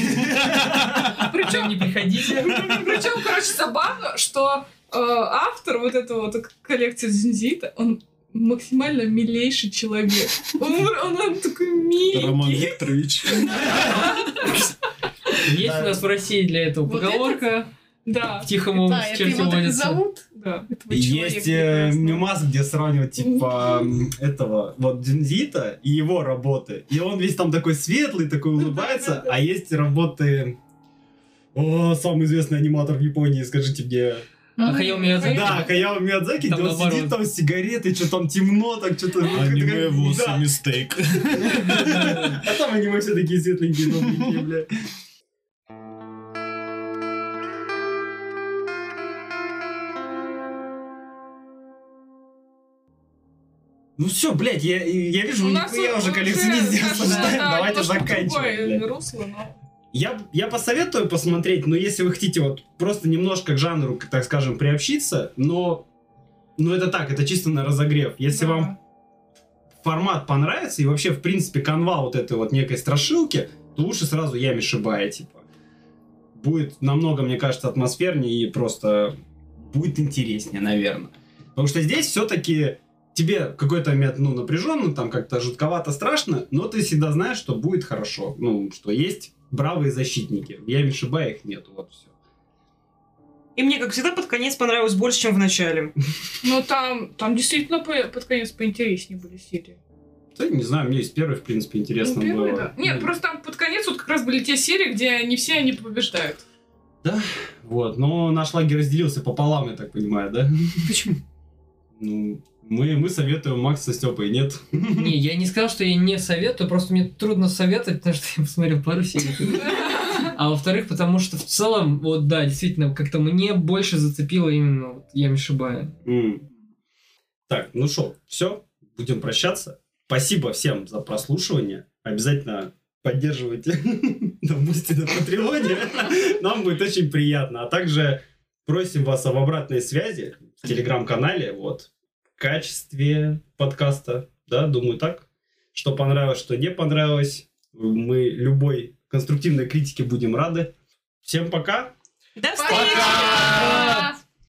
Причем не приходите. Причем, короче, забавно, что э, автор вот этого вот к- коллекции Зинзита, он максимально милейший человек. Он, он, он такой Роман миленький. Викторович. Есть у нас в России для этого Вот поговорка. Да, В тихом Да, омуте это его черти так и водятся. зовут. да. этого человека Есть э, прекрасного. мемас, где сравнивают типа м, этого вот Дзиндиита и его работы. И он весь там такой светлый, Ну такой улыбается, а есть работы... О, самый известный аниматор в Японии, скажите мне. ну, А Хаяо Миядзаки? Да, Хаяо Миядзаки, Там где он наоборот. сидит там с сигаретой, что там темно, так что-то... Аниме волосы Да. мистейк. А там аниме все такие светленькие, добренькие, бля. Ну все, блядь, я, я вижу, я уже коллекцию нельзя обсуждать. Давайте заканчиваем. блядь. русло, но... Я, я посоветую посмотреть, но если вы хотите вот просто немножко к жанру, к- так скажем, приобщиться, но, но это так, это чисто на разогрев. Если Да. вам формат понравится и вообще, в принципе, канва вот этой вот некой страшилки, то лучше сразу Ями Шибая, типа. Будет намного, мне кажется, атмосфернее и просто будет интереснее, наверное. Потому что здесь все-таки тебе в какой-то момент, ну, напряженно, там как-то жутковато, страшно, но ты всегда знаешь, что будет хорошо. Ну, что есть бравые защитники. В Яме Шиба их нету, вот все. И мне, как всегда, под конец понравилось больше, чем в начале. Ну там, там действительно по- под конец поинтереснее были серии. Да, не знаю, мне из первой, в принципе, интересно Ну, первые, было. да. Нет, Ну, просто там под конец вот как раз были те серии, где не все они побеждают. Вот, но наш лагерь разделился пополам, я так понимаю, да? Почему? Ну, мы, мы советуем Макс со Степой, нет? Не, я не сказал, что я не советую, просто мне трудно советовать, потому что я посмотрел пару серий. А во-вторых, потому что в целом, вот да, действительно, как-то мне больше зацепило именно вот Ями Шибая. М. Так, ну что, все, будем прощаться. Спасибо всем за прослушивание. Обязательно поддерживайте на Бусти, на Патреоне. Нам будет очень приятно. А также просим вас об обратной связи в Телеграм-канале, вот, в качестве подкаста, да, думаю так. Что понравилось, что не понравилось. Мы любой конструктивной критике будем рады. Всем пока! До встречи! Пока!